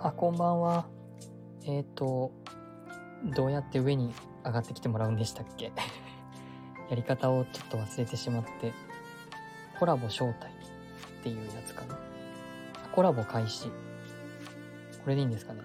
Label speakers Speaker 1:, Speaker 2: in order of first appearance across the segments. Speaker 1: あ、こんばんは。えっ、と、どうやって上に上がってきてもらうんでしたっけ やり方をちょっと忘れてしまって、コラボ招待っていうやつかな。あコラボ開始。これでいいんですかね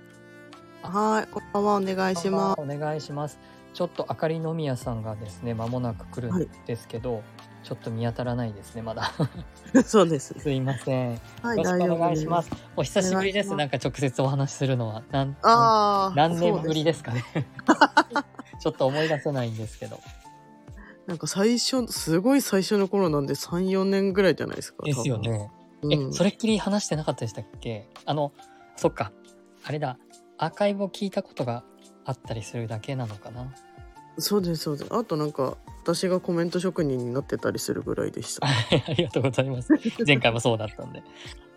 Speaker 2: はい、こんばんは、お願いしま
Speaker 1: お願いします。ちょっとあかりのみやさんがですね、間もなく来るんですけど、ちょっと見当たらないですね、ま だ。
Speaker 2: す。そうですね。
Speaker 1: すいません。よ
Speaker 2: はい、。
Speaker 1: ろしくお願いしますす。お久しぶりです。
Speaker 2: お
Speaker 1: な
Speaker 2: 願
Speaker 1: んか直接お話しするのは。なん
Speaker 2: ああ、
Speaker 1: 何年ぶり
Speaker 2: で
Speaker 1: です かね。ちょっと思い出せないんですけど。
Speaker 2: す。なんか最初、すごい最初の頃なんで、3、4年ぐらいじゃないですか。
Speaker 1: ですよね。
Speaker 2: 多分。
Speaker 1: え、
Speaker 2: うん、
Speaker 1: それっきり話してなかったでしたっけあの、そっか。あれだ。アーカイブを聞いたことがあったりするだけなのかな。
Speaker 2: そうです、そうです。あとなんか、私がコメント職人になってたりするぐらいでした。
Speaker 1: はいありがとうございます。前回もそうだったんで。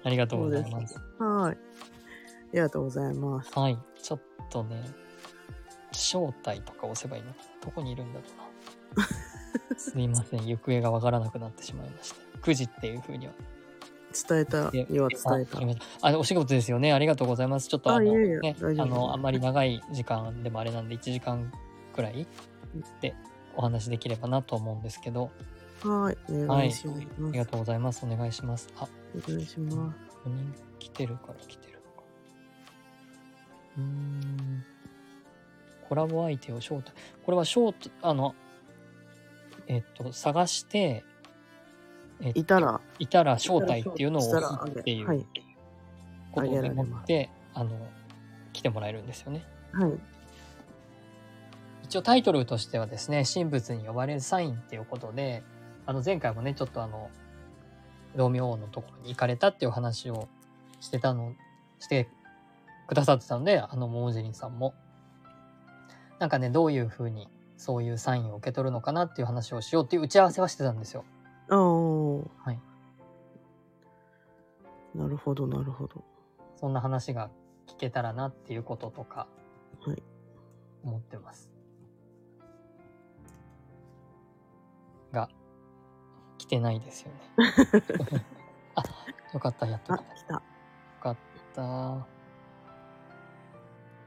Speaker 1: ありがとうござい
Speaker 2: そう
Speaker 1: ま。
Speaker 2: ですはい。ありがとうございます。
Speaker 1: はい。ちょっとね、招待とか押せばいいのかな。どこにいるんだろう な。すいません。行方がわからなくなってしまいました。9時っていうふうには。
Speaker 2: 伝えた、には伝えた。
Speaker 1: ああお仕事ですよね。ありがとうございます。ちょっと
Speaker 2: あ
Speaker 1: あの、
Speaker 2: いえいえ
Speaker 1: ね、
Speaker 2: 大丈夫
Speaker 1: あの、あんまり長い時間でもあれなんで、1時間くらいでお話できればなと思うんですけど、
Speaker 2: はい、お
Speaker 1: は
Speaker 2: 願
Speaker 1: い
Speaker 2: いします。。
Speaker 1: ありがとうございます。お願いします。あ、
Speaker 2: お願いしま
Speaker 1: 4人来てるから来てるのか。うーん。コラボ相手を招待。これは招待、あの、えっと、探して、えっ
Speaker 2: す。
Speaker 1: と
Speaker 2: いたら、
Speaker 1: いたら招待っていうのを
Speaker 2: した
Speaker 1: 押
Speaker 2: ら
Speaker 1: す
Speaker 2: あげ
Speaker 1: っていう
Speaker 2: はい、
Speaker 1: こと
Speaker 2: あげ
Speaker 1: で
Speaker 2: られ
Speaker 1: も
Speaker 2: ま
Speaker 1: っ
Speaker 2: す
Speaker 1: て、あの、来てもらえるんですよね。
Speaker 2: はい、
Speaker 1: 一応タイトルとしてはですね、神仏に呼ばれるサインっていうことで、あの前回もね、ちょっとあの、ロミオ王のところに行かれたっていう話をしてたの、してくださってたので、あの、モージェリンさんも。なんかね、どういうふうにそういうサインを受け取るのかなっていう話をしようっていう打ち合わせはしてたんですよ。
Speaker 2: ああ、
Speaker 1: はい。
Speaker 2: なるほど、なるほど。
Speaker 1: そんな話が聞けたらなっていうこととか
Speaker 2: はい、
Speaker 1: 思ってます。が、来てないですよ ね。あ、よかった、やっと
Speaker 2: あ、
Speaker 1: 来た。よ
Speaker 2: 来た。
Speaker 1: かった。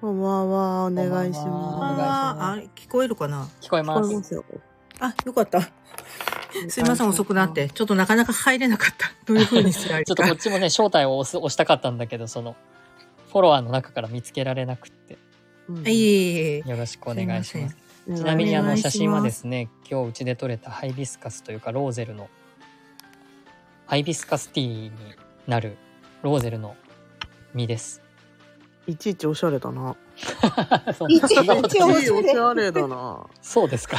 Speaker 2: こんばんは、お願いし
Speaker 1: こんばん
Speaker 2: ま
Speaker 1: は
Speaker 3: ああれ聞こえるかな
Speaker 1: 聞こえ
Speaker 2: す。聞
Speaker 1: ま
Speaker 2: こえ
Speaker 1: す
Speaker 2: ま。すよ。
Speaker 3: あ、よかった。すいません、遅くなっ
Speaker 2: は
Speaker 3: て。ちょっとなかなか入れなかった。どういう風にすられ
Speaker 1: ちょっ
Speaker 3: る
Speaker 1: とこ
Speaker 3: か
Speaker 1: っ。ちもね、招待を押す押したかったんだけど、その、フォロワーの中から見つけられなくって、
Speaker 2: うん。
Speaker 3: いえいえいえ。
Speaker 1: よろしくお願いします。
Speaker 2: お願いします
Speaker 1: ちなみにあ
Speaker 3: お
Speaker 1: の
Speaker 3: 願い
Speaker 1: 写
Speaker 3: します
Speaker 1: 真はですね、今日うちで採れたハイビスカスというかローゼルの、ハイビスカスティーになるローゼルの実です。
Speaker 2: いちいちおしゃれだな。
Speaker 1: そん
Speaker 3: い
Speaker 1: な
Speaker 3: ちい
Speaker 1: そんなこと
Speaker 3: ちおしゃれ
Speaker 2: おしゃれだな。
Speaker 1: そうですか。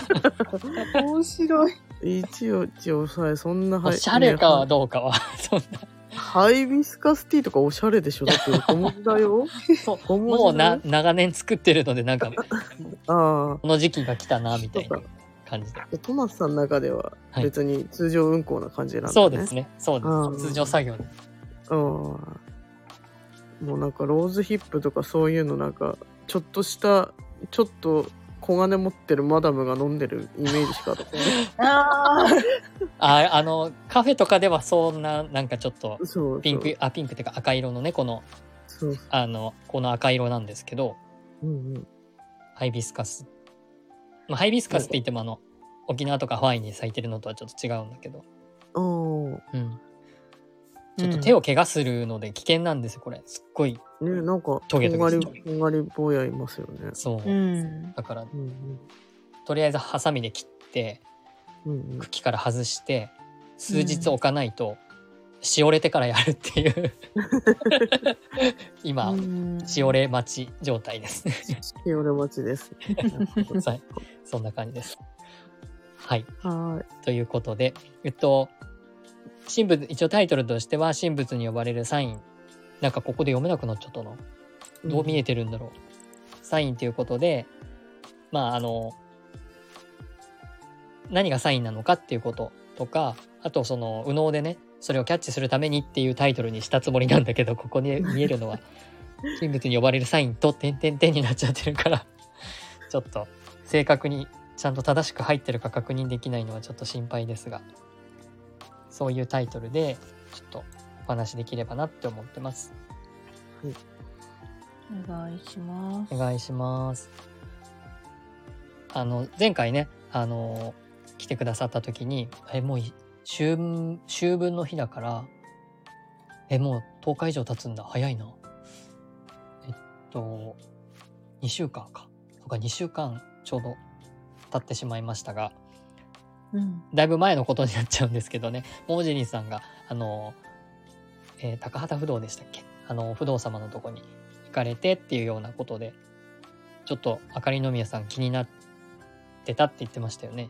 Speaker 3: 面白い。
Speaker 2: いちいちおしゃれ、そんな
Speaker 1: おしゃれかはどうかは、そんな、
Speaker 2: ハイビスカスティーとかおしゃれでしょだって小文字だよ。
Speaker 1: そう
Speaker 2: 小文字だよ
Speaker 1: もうな、長年作ってるので、なんか、こ
Speaker 2: あ
Speaker 1: の時期が来たな、みたいな感じで。
Speaker 2: あ。トマスさんの中では
Speaker 1: はい
Speaker 2: 別に通常運行な感じなんだね。
Speaker 1: そうですね。そうで
Speaker 2: うん
Speaker 1: す。通常作業です。
Speaker 2: うん。もうなんかローズヒップとかそういうのなんかちょっとしたちょっと小金持ってるマダムが飲んでるイメージしか私は
Speaker 3: あ あ。
Speaker 1: あ、あの、カフェとかではそんな、なんかちょっと、
Speaker 2: そうそう
Speaker 1: ピンク、あ、ピンクっていうか赤色のね、この、
Speaker 2: そう
Speaker 1: あの、この赤色なんですけど、
Speaker 2: うんうん
Speaker 1: ハイビスカス。まあ、ハイビスカスって言ってもあの、沖縄とかハワイに咲いてるのとはちょっと違うんだけど、
Speaker 2: あ
Speaker 1: うん。ちょっと手
Speaker 3: を。
Speaker 1: を怪我するので危険なんですよ、これ。すっごい。
Speaker 2: あねなんか
Speaker 1: ト
Speaker 2: と
Speaker 1: ゲ
Speaker 2: ん
Speaker 1: トゲ
Speaker 2: が
Speaker 1: す
Speaker 2: り
Speaker 1: る
Speaker 2: とんがり坊やいますよね
Speaker 1: そうう。
Speaker 3: ん。
Speaker 1: だから、
Speaker 2: うん
Speaker 1: とりあえずハサミで切って、
Speaker 2: うんうん
Speaker 1: 茎から外して、数日置かないと、しおれてからやるっていう。今、しお
Speaker 3: れ。
Speaker 1: れ待ち状態ですね。
Speaker 2: うん夜待ちです
Speaker 1: はいそんな感じです。はい。
Speaker 2: は
Speaker 1: ということで、えっと、神仏、一応タイトルとしては、神仏に呼ばれるサイン。なんかここで読めなくなっちゃったな。
Speaker 2: い
Speaker 1: どう見えてるんだろう。サインということで、まあ、あの、何がサインなのかっていうこととか、あとその、右脳でね、それをキャッチするためにっていうタイトルにしたつもりなんだけど、ここに見えるのは、神仏に呼ばれるサインと、点々点になっちゃってるから、ちょっと、正確にちゃんと正しく入ってるか確認できないのはちょっと心配ですが、そういうタイトルで、ちょっとお話しできればなって思ってます。
Speaker 3: お願いします。
Speaker 1: お願いします。あの、前回ね、あの、来てくださった時に、え、もうい、秋分、秋分の日だから、え、もう10日以上経つんだ。早いな。えっと、2週間か。とか、2週間ちょうど経ってしまいましたが、
Speaker 3: うん。
Speaker 1: だいぶ前のことになっちゃうんですけどね、モージェリーさんが、あの、えー高畑不動でしたっけあの、不動様のとこに行かれてっていうようなことで、ちょっと、あかりのみやさん気になってたって言ってましたよね。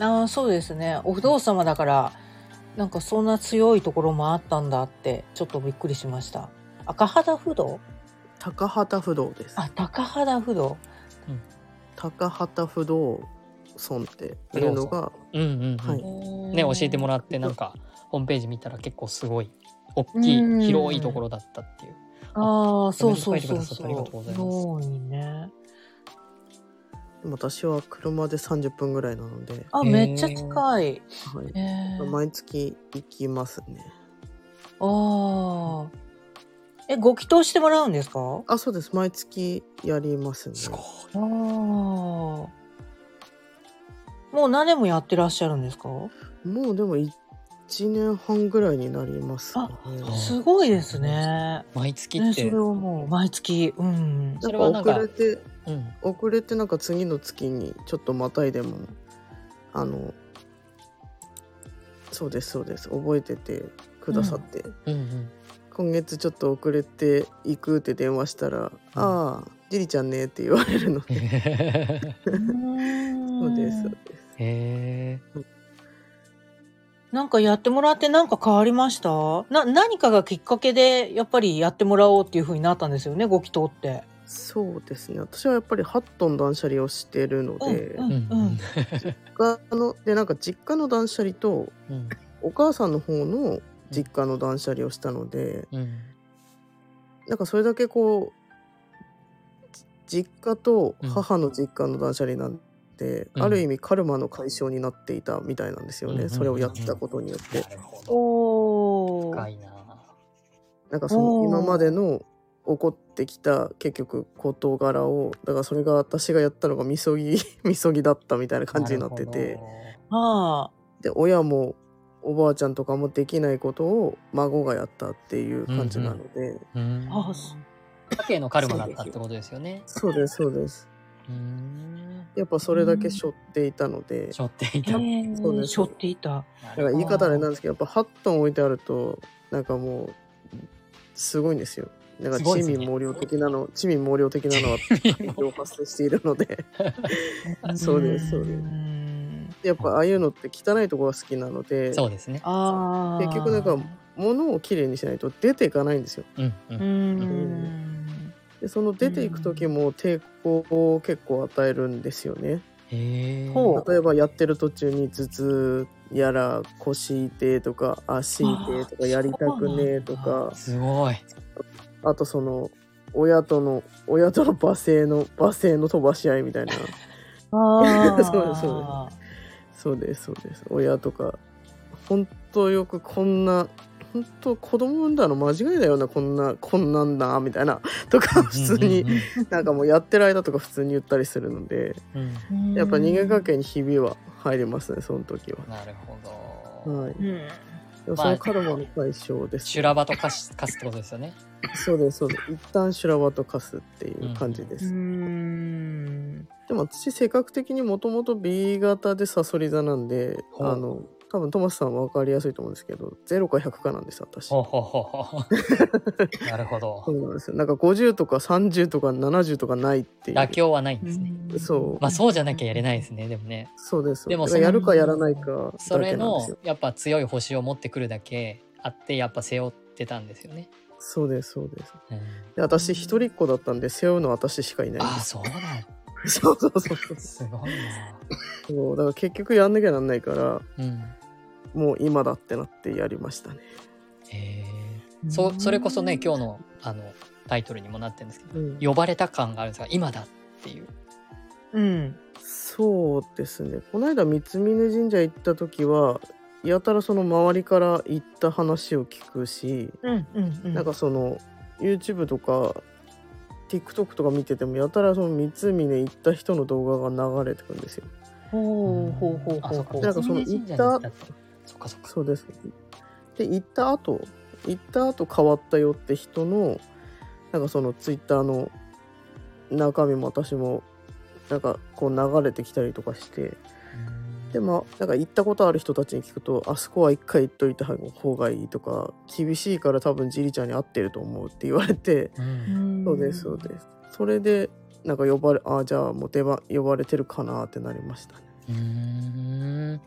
Speaker 3: ああ、そうですね。お不動様だから、なんかそんな強いところもあったんだって、ちょっとびっくりしました。赤肌不動
Speaker 2: 高畑不動です
Speaker 3: あ、高肌不動。
Speaker 2: 高畑不動村っていうのが
Speaker 1: うんうん、うん
Speaker 2: はい
Speaker 1: ね、教えても
Speaker 3: ら
Speaker 1: らって、なんか、ホームページ見たら結構すごい、大き
Speaker 3: うん
Speaker 1: い、広いところだったっていう。
Speaker 3: ああ、そうそ
Speaker 1: コ
Speaker 3: うそ
Speaker 1: メント書いてく
Speaker 3: う
Speaker 1: ださっ
Speaker 3: そ
Speaker 1: て
Speaker 3: う。
Speaker 1: ありがとうございます
Speaker 3: 多いね。
Speaker 2: 私は車で30分ぐらいなので、
Speaker 3: あ、
Speaker 1: へー
Speaker 3: めっちゃ近い。
Speaker 2: はい
Speaker 3: ええ
Speaker 2: 毎月行きますね
Speaker 3: ああ。え、ご祈祷してもらうんですか
Speaker 2: あそうです毎月やりますね
Speaker 1: すごい。
Speaker 3: ああ。もう何年もやってらっしゃるんですか
Speaker 2: もうでも1年半ぐらいになりますね
Speaker 1: あ
Speaker 3: すごいですね。
Speaker 1: 毎月
Speaker 3: ね、
Speaker 1: っ
Speaker 3: そ
Speaker 1: て、
Speaker 3: れをもう毎月。 うん。
Speaker 1: それはなん
Speaker 2: な
Speaker 1: んか
Speaker 2: か遅れて
Speaker 1: うん、
Speaker 2: 遅れてなんか次の月にちょっとまたいでもあのそうですそうです覚えててくださって、
Speaker 1: うん、うん。
Speaker 2: 今月ちょっと遅れて行くって電話したら「ああジリちゃんね」って言われるので
Speaker 1: へ
Speaker 2: そうですそううんです
Speaker 1: え。
Speaker 3: なんかやってもらってなんか変わりましたな、何かがきっかけでやっぱりやってもらおうっていう風になったんですよね、ご祈祷って。
Speaker 2: そうですね私はやっぱりハットン断捨離をしてるので、
Speaker 3: うん
Speaker 1: うん、
Speaker 2: 他のでなんか実家の断捨離と
Speaker 1: うん、
Speaker 2: お母さんの方の実家の断捨離をしたので、
Speaker 1: うん。
Speaker 2: なんかそれだけこうじ実家と母の実家の断捨離なん
Speaker 1: う
Speaker 2: で、
Speaker 1: ん
Speaker 2: ある意味カルマの解消になっていたみたいなんですよ
Speaker 1: うんうん
Speaker 2: ね、
Speaker 1: うんうん
Speaker 2: それをやってたことによって、
Speaker 1: なるほど。
Speaker 3: お
Speaker 1: 深
Speaker 3: ー。
Speaker 1: いな
Speaker 2: なんかその
Speaker 3: おー
Speaker 2: 今までの起こってきた結局事柄をだからそれが私がやったのがみそぎ みそぎだったみたいな感じになってて。
Speaker 3: ああ。
Speaker 2: で親もおばあちゃんとかもできないことを孫がやったっていう感じなので、
Speaker 1: うん
Speaker 3: あそ
Speaker 1: 家計のカルマだったってことですよね。
Speaker 2: そうですそうです
Speaker 1: うん。
Speaker 2: やっぱそれだけ背負っていたので、
Speaker 1: しょってい
Speaker 3: え
Speaker 1: た。
Speaker 2: そうです
Speaker 3: しょっていた。
Speaker 2: だから言い方あれなんですけどやっぱハットン置いてあるとなんかもうすごいんですよなんか
Speaker 1: すごい
Speaker 2: 地
Speaker 1: ですね
Speaker 2: 味毛量的なの地味毛量的な のは大量発生しているのでそうですそうです
Speaker 3: ん
Speaker 2: やっぱああいうのって汚いところが好きなので
Speaker 1: そうですね。
Speaker 3: ああ。
Speaker 2: 結局なんか物をきれいにしないと出ていかないんですよ
Speaker 1: うんう。
Speaker 3: うん ん。
Speaker 2: でその出ていく時も抵抗を結構与えるんですよね、
Speaker 1: へえ。
Speaker 3: ほう
Speaker 2: 例えばやってる途中に頭痛やら腰痛いとか足痛いとかやりたくねえと
Speaker 3: そうな
Speaker 2: か
Speaker 1: すごい。
Speaker 2: あとその親との親との罵声の罵声の飛ばし合いみた いな
Speaker 3: ああ。
Speaker 2: そうですそうそうですそうです親とか本当よくこんな本当子供産んだの間違いだよなこんなこんなんだみたいなとか 普通に
Speaker 1: うんうん
Speaker 2: なんかもうやってる間とか普通に言ったりするので
Speaker 1: うん。うん
Speaker 3: ん
Speaker 2: やっぱ人間関。係にひびは入りますねその時は。
Speaker 1: なるほど。
Speaker 2: はい、
Speaker 3: うん。
Speaker 2: でもそのカルマの解消です、
Speaker 1: 修羅場とかし、かすってことですよね。
Speaker 2: そうですそうです一旦修羅場と化すっていう感じで
Speaker 3: う
Speaker 2: す、
Speaker 3: ん。
Speaker 2: でも私性格的にもともと B 型でサソリ座なんで
Speaker 1: ほう
Speaker 2: あの多分トマスさん分かりやすいと思うんですけど0か100かなんです私
Speaker 1: ほう
Speaker 2: そ
Speaker 1: ほうほうほう。 なるほど
Speaker 2: う。なんですよなんか50とか30とか70とかないっていう
Speaker 1: 妥協はないんですね。
Speaker 2: そう
Speaker 1: まあそうじゃなきゃやれないですね、でもね。
Speaker 2: そうです
Speaker 1: でも
Speaker 2: だ
Speaker 1: そ
Speaker 2: か
Speaker 1: の
Speaker 2: らやるかやらないか
Speaker 1: そ
Speaker 2: だ
Speaker 1: れ
Speaker 2: けなんで
Speaker 1: の
Speaker 2: すよ
Speaker 1: やっぱ強い星を持ってくるだけあってやっぱ背負ってたんですよね。
Speaker 2: そうですそうです
Speaker 1: うん、
Speaker 2: で私一人っ子だったんで背負うのは私しかいないん
Speaker 1: ああ
Speaker 2: です
Speaker 1: そうなん
Speaker 2: そうそうそうそう
Speaker 1: すごいな。
Speaker 2: そうだから結局やんなきゃなんないから
Speaker 1: うん。
Speaker 2: もう今だってなってやりましたね
Speaker 1: えー、そそれこそね今日のあのタイトルにもなってるんですけど
Speaker 2: うん
Speaker 1: 呼ばれた感があるんですが今だっていう
Speaker 3: うん。
Speaker 2: そうですねこの間三峯神社行った時はやたらその周りから行った話を聞くし、
Speaker 3: うん。うん。う
Speaker 2: なんか、その YouTube とか TikTok とか見ててもやたらその三峯行った人の動画が流れてくるんですよ。
Speaker 3: ほうほうほう
Speaker 1: あ
Speaker 3: ほ
Speaker 1: そううか
Speaker 3: ほう。
Speaker 2: なんかその
Speaker 1: 三峯神社に行ったとそっかそっか
Speaker 2: そうですねで行った後行った後変わったよって人のなんかその Twitter の中身も私もなんかこう流れてきたりとかしてでもなんか行ったことある人たちに聞くとあそこは一回行っといた方がいいとか厳しいから多分ジリちゃんに合ってると思うって言われて
Speaker 1: うん
Speaker 3: ん
Speaker 2: そうですそうですそれでなんか呼ばれあじゃあもう出番呼ばれてるかなってなりましたね
Speaker 1: うん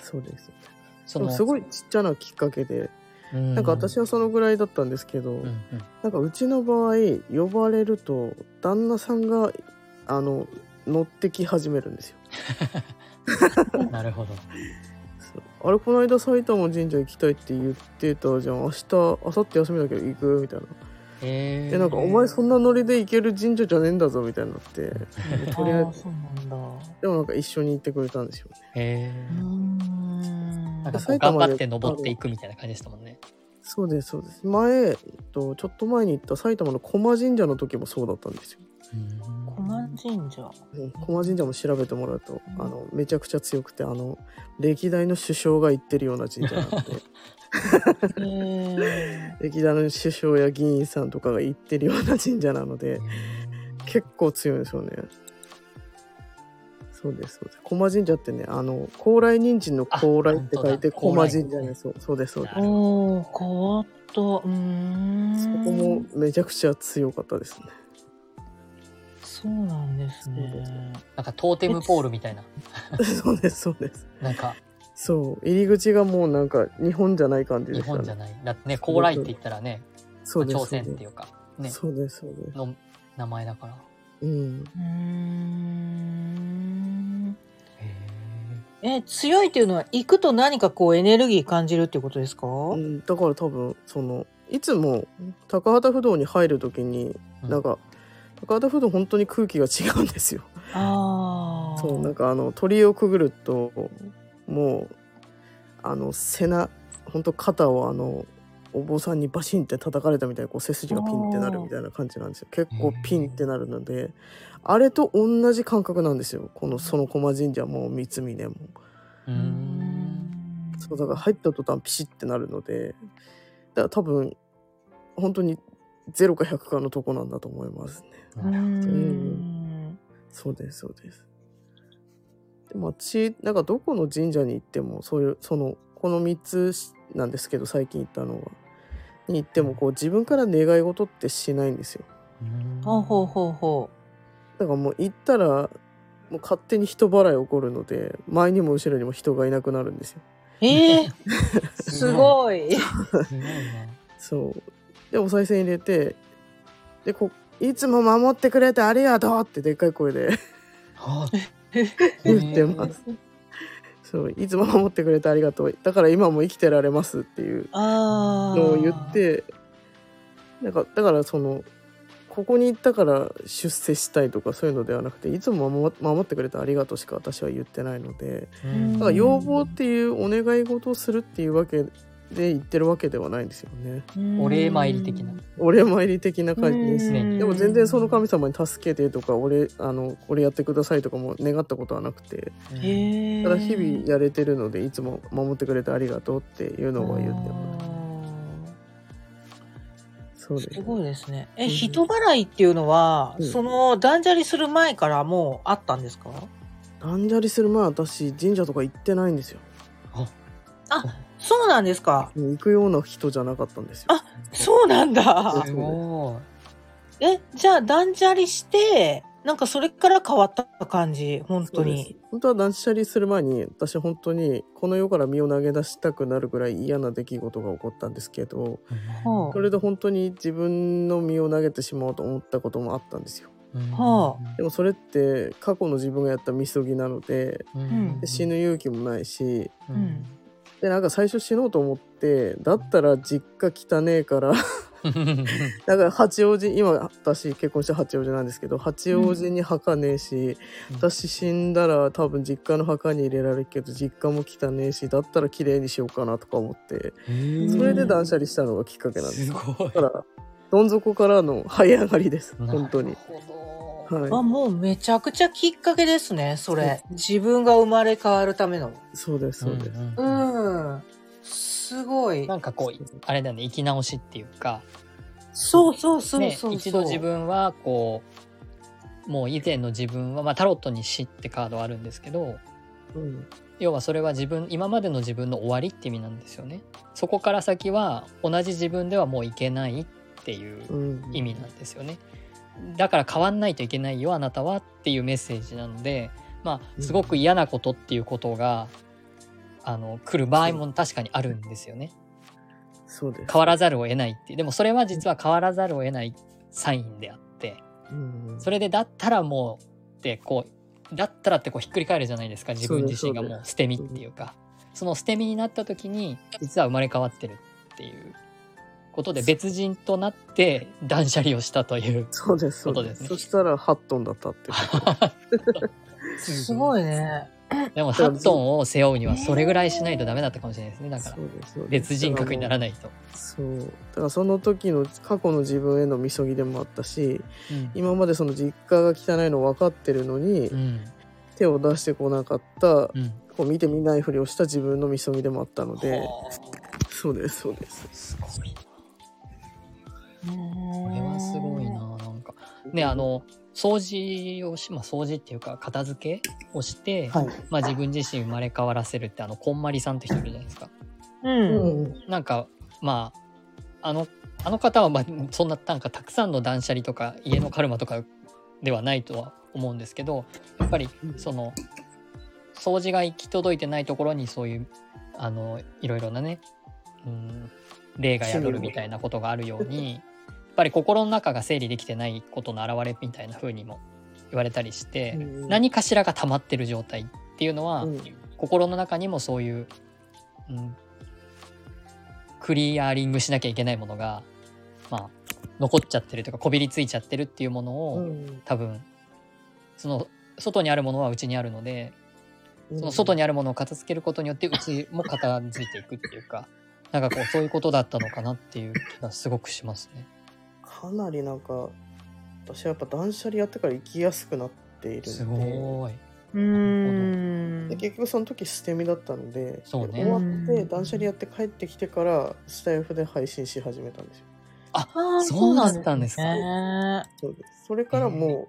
Speaker 2: そうです
Speaker 1: そ
Speaker 2: でもすごいちっちゃなきっかけで
Speaker 1: な
Speaker 2: なんか私はそのぐらいだったんですけど、
Speaker 1: うんうん
Speaker 2: なんかうちの場合呼ばれると旦那さんがあの乗ってき始めるんですよ。
Speaker 1: なるほど。
Speaker 2: そうあれこの間埼玉神社行きたいって言ってたじゃん明日明後日休みだけど行くみたいな
Speaker 1: え
Speaker 2: 「えなんかお前そんなノリで行ける神社じゃねえんだぞ」みたいになって
Speaker 3: あ
Speaker 2: とりあえ
Speaker 3: ー
Speaker 2: ず
Speaker 3: そうなんだ。
Speaker 2: でもなんか一緒に行ってくれたんですよね。
Speaker 1: え
Speaker 3: うーん。
Speaker 1: なんかこう頑張って登っていくみたいな感じでしたもんね。
Speaker 2: そうですそうです前えっとちょっと前に行った埼玉の駒神社の時もそうだったんですよ。
Speaker 3: 駒神 社。
Speaker 2: ね駒神社も調べてもらうと、あのめちゃくちゃ強くてあの歴代の首相が行ってるような神社なんで
Speaker 3: え
Speaker 2: 歴代の首相や議員さんとかが行ってるような神社なので結構強いんですよねそうですそうです駒神社ってねあの高麗人参の高麗って書いて
Speaker 1: あ本当だ
Speaker 2: 駒神社ねそうそうですそうです
Speaker 3: ー、おお変わった。うーん。
Speaker 2: そこもめちゃくちゃ強かったですね
Speaker 3: そうなんです
Speaker 2: そうです
Speaker 3: ね。
Speaker 1: なんかトーテムポールみたいな。
Speaker 2: そうですそうです
Speaker 1: なんか
Speaker 2: そう入り口がもうなんか日本じゃない感じで
Speaker 1: 日
Speaker 2: した
Speaker 1: 本じゃ
Speaker 2: ね
Speaker 1: ない。だってね、高麗って言ったらね、
Speaker 2: そうです
Speaker 1: 朝
Speaker 2: そう
Speaker 1: 鮮っ
Speaker 2: で
Speaker 1: てい
Speaker 2: す
Speaker 1: うか、ね、
Speaker 2: そうですそうです
Speaker 1: の名前だから。
Speaker 2: うん
Speaker 3: うーん。
Speaker 1: へ
Speaker 3: え、強いっていうのは行くと何かこうエネルギー感じるっていうことですか？
Speaker 2: う、
Speaker 3: うん
Speaker 2: だから多分そのいつも高畑不動に入る時に
Speaker 1: うん
Speaker 2: なんか、高畑不動本当に空気が違うんですよ。
Speaker 3: ああ。
Speaker 2: そうなんかあの鳥をくぐるともうあの背中本当肩をあのお坊さんにバシンって叩かれたみたいにこう背筋がピンってなるみたいな感じなんですよ結構ピンってなるのであれと同じ感覚なんですよこのその駒神社も三峯も。
Speaker 1: うー
Speaker 3: うー
Speaker 1: ん。
Speaker 3: ん。
Speaker 2: そうだから入った途端ピシッてなるのでだから多分本当に0か100かのとこなんだと思いますね
Speaker 3: うーん。
Speaker 2: そうですそうですでも私なんかどこの神社に行ってもそういうそのこの3つなんですけど最近行ったのはに行ってもこう自分から願い事ってしないんですよ
Speaker 3: ほうほうほうほ
Speaker 2: だからもう行ったらもう勝手に人払い起こるので前にも後ろにも人がいなくなるんですよ
Speaker 3: う。え ー、すごい。
Speaker 1: い。 すごいな。
Speaker 2: そう。で、お賽銭入れて、で、こいつも守ってくれてありがとうってでっかい声で
Speaker 1: はあ
Speaker 2: 言ってます。そう、いつも守ってくれてありがとう。だから今も生きてられますっていう
Speaker 3: ああ。
Speaker 2: のを言っ。て、なんか、だからその、ここに行ったから出世したいとかそういうのではなくていつも守守ってくれてありがとうしか私は言ってないので
Speaker 1: う
Speaker 2: だ
Speaker 1: ん
Speaker 2: から要望っていうお願い事をするっていうわけで言ってるわけではないんですよね。
Speaker 1: お礼参り的な。
Speaker 2: お礼参り的な感じです
Speaker 1: ね
Speaker 2: でも全然その
Speaker 3: 髪
Speaker 2: 神様に助けてとか俺あのこれやってくださいとかも願ったことはなくて
Speaker 3: へえ。
Speaker 2: ただ日々やれてるのでいつも守ってくれてありがとうっていうのは言ってますそうです
Speaker 3: すごいですね。え、
Speaker 2: うん
Speaker 3: 人払いっていうのは、
Speaker 2: うん
Speaker 3: その、断捨離する前からもうあったんですか
Speaker 2: 断捨離する前私神社とか行ってないんですよ
Speaker 3: そうなんですか。
Speaker 2: もう行くような人じゃなかったんですよ
Speaker 3: あそうなんだ。
Speaker 1: すご
Speaker 3: え、じゃあ断捨離して、なんかそれから変わった感じ、本当
Speaker 2: そう
Speaker 3: に。
Speaker 2: です本当は断捨離する前に私本当にこの世から身を投げ出したくなるぐらい嫌な出来事が起こったんですけど
Speaker 1: い。
Speaker 3: ほう
Speaker 2: それで本当に自分の身を投げてしまおうと思ったこともあったんですよ
Speaker 1: うん
Speaker 3: は
Speaker 2: でもそれって過去の自分がやったみそぎなので
Speaker 1: うん
Speaker 2: で死ぬ勇気もないし
Speaker 1: う
Speaker 3: うん
Speaker 1: ん
Speaker 2: でなんか最初死のうと思ってだったら実家汚ねえから だから八王子今私結婚して八王子なんですけど八王子に墓ねえし、
Speaker 1: うん
Speaker 2: 私死んだら多分実家の墓に入れられるけど実家も汚ねえしだったら綺麗にしようかなとか思ってそれで断捨離したのがきっかけなんです
Speaker 1: すごい
Speaker 2: だからどん底からの這い上がりです本当
Speaker 1: な
Speaker 2: に
Speaker 1: るほど
Speaker 2: はい
Speaker 3: あもうめちゃくちゃきっかけですねそ
Speaker 2: そうで
Speaker 3: れ自分が生まれ変わるための
Speaker 2: そうですそうです、
Speaker 1: ん
Speaker 3: うんん、すごい
Speaker 1: なんかこうあれだね生き直しっていうか
Speaker 3: そうそうそう
Speaker 1: ね
Speaker 3: そうそう、
Speaker 1: 一度自分はこうもう以前の自分は、まあ、タロットに死ってカードあるんですけど
Speaker 2: うん
Speaker 1: 要はそれは自分今までの自分の終わりって意味なんですよねそこから先は同じ自分ではもういけないっていう
Speaker 2: うん
Speaker 1: 意味なんですよねだから変わんないといけないよあなたはっていうメッセージなのでま
Speaker 2: う
Speaker 1: あ
Speaker 2: ん
Speaker 1: すごく嫌なことっていうことがあの来る場合も確かにあるんですよね
Speaker 2: そうです
Speaker 1: 変わらざるを得ないっていうでもそれは実は変わらざるを得ないサインであって
Speaker 2: うん
Speaker 1: それでだったらもうってこうだったらってこうひっくり返るじゃないですか自分自身が
Speaker 2: そうです
Speaker 1: もう捨て身っていうかその捨て身になった時に実は生まれ変わってるっていうことで別人となって断捨離をしたという
Speaker 2: そうですそう
Speaker 1: こと
Speaker 2: で
Speaker 1: です
Speaker 2: す
Speaker 1: ね
Speaker 2: そしたら8トンだったっていうこと
Speaker 3: すごいね
Speaker 1: でも8トンを背負うにはそれぐらいしないとダメだったかもしれないですねだから
Speaker 2: そうですそうです
Speaker 1: 別人格にならないと。
Speaker 2: そうだからその時の過去の自分へのみそぎでもあったし今までその実家が汚いの分かってるのに、
Speaker 1: うん
Speaker 2: 手を出してこなかった
Speaker 1: うん
Speaker 2: こう見て見ないふりをした自分のみそぎでもあったので
Speaker 1: ほ
Speaker 2: そうですそうです
Speaker 1: うすごい
Speaker 3: こ
Speaker 1: これはすごいななんかねあの掃除をし、まあ、掃除っていうか片付けをして、
Speaker 2: はい
Speaker 1: まあ、自分自身生まれ変わらせるってあのこんまりさんって人いるじゃないですか
Speaker 3: うん、
Speaker 2: うん
Speaker 1: なんかまああのあの方は、まあ、そんななんかたくさんの断捨離とか家のカルマとかではないとは思うんですけどやっぱりその掃除が行き届いてないところにそういうあのいろいろなね、うん、霊が宿るみたいなことがあるようにやっぱり心の中が整理できてないことの表れみたいな風にも言われたりして、
Speaker 2: うん
Speaker 1: 何かしらが溜まってる状態っていうのは、
Speaker 2: うん
Speaker 1: 心の中にもそういう、うん、クリアリングしなきゃいけないものが、まあ、残っちゃってるというかこびりついちゃってるっていうものを、
Speaker 2: うん
Speaker 1: 多分その外にあるものはうちにあるので
Speaker 2: うん
Speaker 1: その外にあるものを片付けることによってうちも片付いていくっていうかなんかこうそういうことだったのかなっていう気がすごくしますね。
Speaker 2: かなりなんか私はやっぱ断捨離やってから生きやすくなっているんです
Speaker 1: ごい。
Speaker 3: うーん
Speaker 2: で結局その時捨て身だったので
Speaker 1: そうね
Speaker 2: で終わって断捨離やって帰ってきてからスタイフで配信し始めたんですよ
Speaker 3: あー
Speaker 1: そうだったんですか
Speaker 3: ね
Speaker 2: そうですそれからもう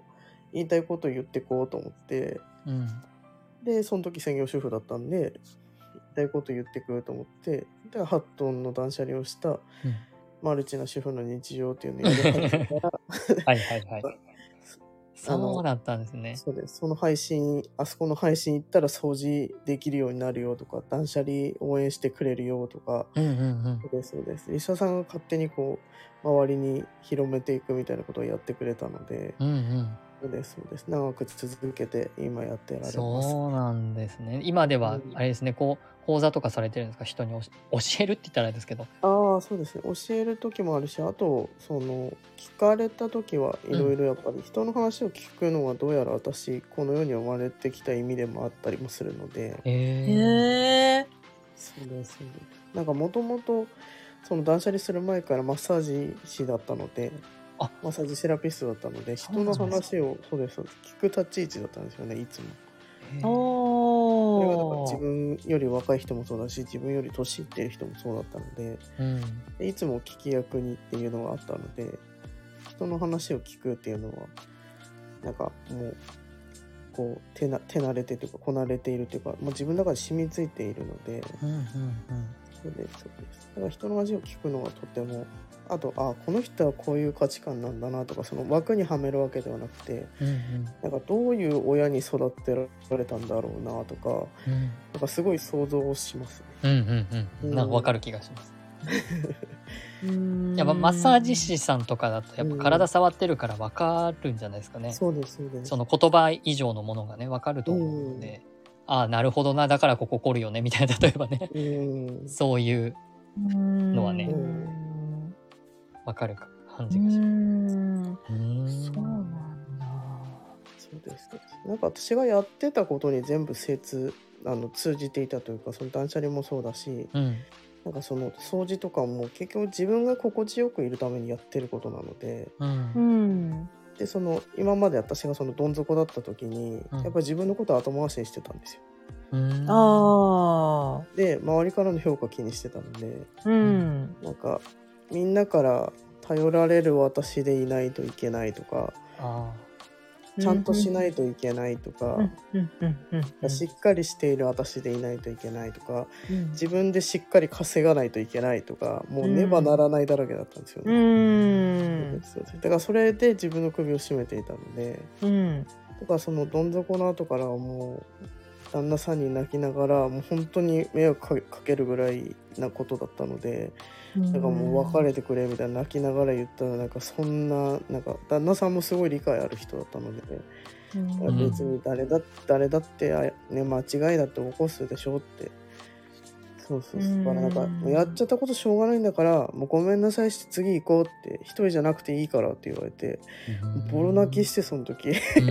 Speaker 2: 言いたいことを言ってこうと思って
Speaker 1: うん、
Speaker 2: でその時専業主婦だったんで言いたいこと言ってくると思ってでハットンの断捨離をしたマルチな主婦の日常っていうのをやり始めたら
Speaker 1: はいはいはい。 そうだったんですね。
Speaker 2: そうですその配信あそこの配信行ったら掃除できるようになるよとか断捨離応援してくれるよとか
Speaker 1: うんうんうん
Speaker 2: そうですそうです医者さんが勝手にこう周りに広めていくみたいなことをやってくれたので
Speaker 1: うんうん、
Speaker 2: そうですそうです長く続けて今やってられます
Speaker 1: そうなんですね今ではあれですねこう講座とかされてるんですか人に教教えるって言ったらあれですけど
Speaker 2: ああそうですね教える時もあるしあとその聞かれた時はいろいろやっぱり人の話を聞くのはどうやら私この世に生まれてきた意味でもあったりもするので
Speaker 1: へ
Speaker 3: へ
Speaker 1: え
Speaker 3: え
Speaker 2: そうですそうですなんかもともとその断捨離する前からマッサージ師だったので
Speaker 1: あ
Speaker 2: マッサージセラピストだったので
Speaker 1: そ
Speaker 2: 人
Speaker 1: うなんで
Speaker 2: の
Speaker 1: すね
Speaker 2: 話をそうですそうです聞く立ち位置だったんですよねいつも。それはだから
Speaker 3: お
Speaker 2: 自分より若い人もそうだし自分より年いってる人もそうだったので
Speaker 1: うん、
Speaker 2: でいつも聞き役にっていうのがあったので人の話を聞くっていうのはなんかもうこう手な手慣れてというかこなれているというかもう自分の中で染みついているので
Speaker 1: うんうんうん
Speaker 2: そうですそうですだから人の話を聞くのはとてもあとあこの人はこういう価値観なんだなとかその枠にはめるわけではなくて
Speaker 1: うんうん
Speaker 2: なんかどういう親に育てられたんだろうなとか
Speaker 1: うん
Speaker 2: なんかすごい想像をしますね。
Speaker 1: うんうんう、
Speaker 2: うんん
Speaker 1: なんかわかる気がします。
Speaker 3: や
Speaker 1: やっぱマッサージ師さんとかだとやっぱ体触ってるからわかるんじゃないですかね。
Speaker 2: そうですそうです
Speaker 1: その言葉以上のものがねわかると思うので、ああ、なるほどな、だからここ来るよね、みたいな、例えばね、
Speaker 2: うん
Speaker 1: そういう、
Speaker 3: の
Speaker 1: はね
Speaker 3: うん
Speaker 1: わかるか、感じがします。
Speaker 3: うん
Speaker 1: うーん
Speaker 3: そうなんだ
Speaker 2: そうですねなんか私がやってたことに全部精通あの通じていたというかその断捨離もそうだし
Speaker 1: うん。
Speaker 2: なんかその掃除とかも結局自分が心地よくいるためにやってることなので
Speaker 1: うん。
Speaker 3: うん
Speaker 2: でその今まで私がそのどん底だった時に、
Speaker 1: うん
Speaker 2: やっぱり自分のことを後回しにしてたんですよ
Speaker 1: うん
Speaker 3: ああ
Speaker 2: で周りからの評価気にしてたので
Speaker 3: うん
Speaker 2: なんかみんなから頼られる私でいないといけないとか
Speaker 1: あ
Speaker 2: ちゃんとしないいといけないとか、
Speaker 3: うんうんうんうん
Speaker 2: しっかりしている私でいないといけないとか
Speaker 3: うん
Speaker 2: 自分でしっかり稼がないといけないとかもうねばならないだらけだったんですよ
Speaker 3: う
Speaker 2: ね。
Speaker 3: ん
Speaker 2: そうですだからそれで自分の首を絞めていたので
Speaker 3: うん
Speaker 2: だからそのどん底の後からはもう旦那さんに泣きながらもう本当に迷惑かかけるぐらいなことだったのでだからもう別れてくれみたいな泣きながら言ったらなんかそんななんか旦那さんもすごい理解ある人だったので。
Speaker 3: うん
Speaker 2: 別に誰だ誰だってあ、ね、間違いだって起こすでしょってそうそうそううんだからなんかもうやっちゃったことしょうがないんだからもうごめんなさいして次行こうって一人じゃなくていいからって言われて
Speaker 1: あ。
Speaker 2: ボロ泣きしてその時
Speaker 1: て。うん。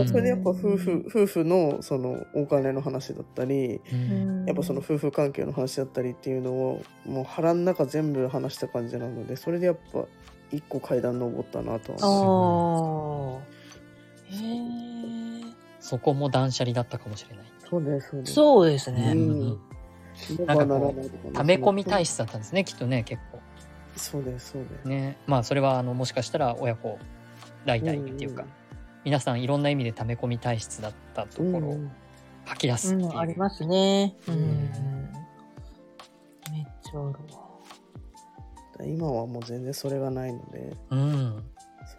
Speaker 1: うん
Speaker 2: それでやっぱ夫婦夫婦のそのお金の話だったり
Speaker 1: うん
Speaker 2: やっぱその夫婦関係の話だったりっていうのをもう腹の中全部話した感じなのでそれでやっぱ一個階段登ったなとは
Speaker 3: あ
Speaker 2: 思う
Speaker 3: あへえ
Speaker 1: そこも断捨離だったかもしれない。
Speaker 2: そうねそうね
Speaker 3: そうですね
Speaker 2: うん
Speaker 1: んかこう溜め込み
Speaker 2: たい
Speaker 1: 体質だったんですね、きっとね、結構。
Speaker 2: そうですそうです。
Speaker 1: ね、まあそれはあのもしかしたら親子代々っていうか、
Speaker 2: んん
Speaker 1: 皆さんいろんな意味で溜め込み体質だったところ
Speaker 2: う
Speaker 1: を
Speaker 2: ん
Speaker 1: 吐き出す
Speaker 3: う
Speaker 1: ってい
Speaker 3: ん、あり
Speaker 1: う。
Speaker 3: ますね。うん。
Speaker 1: うん
Speaker 3: めっちゃあるわ。
Speaker 2: 今はもう全然それがないので、
Speaker 1: うん。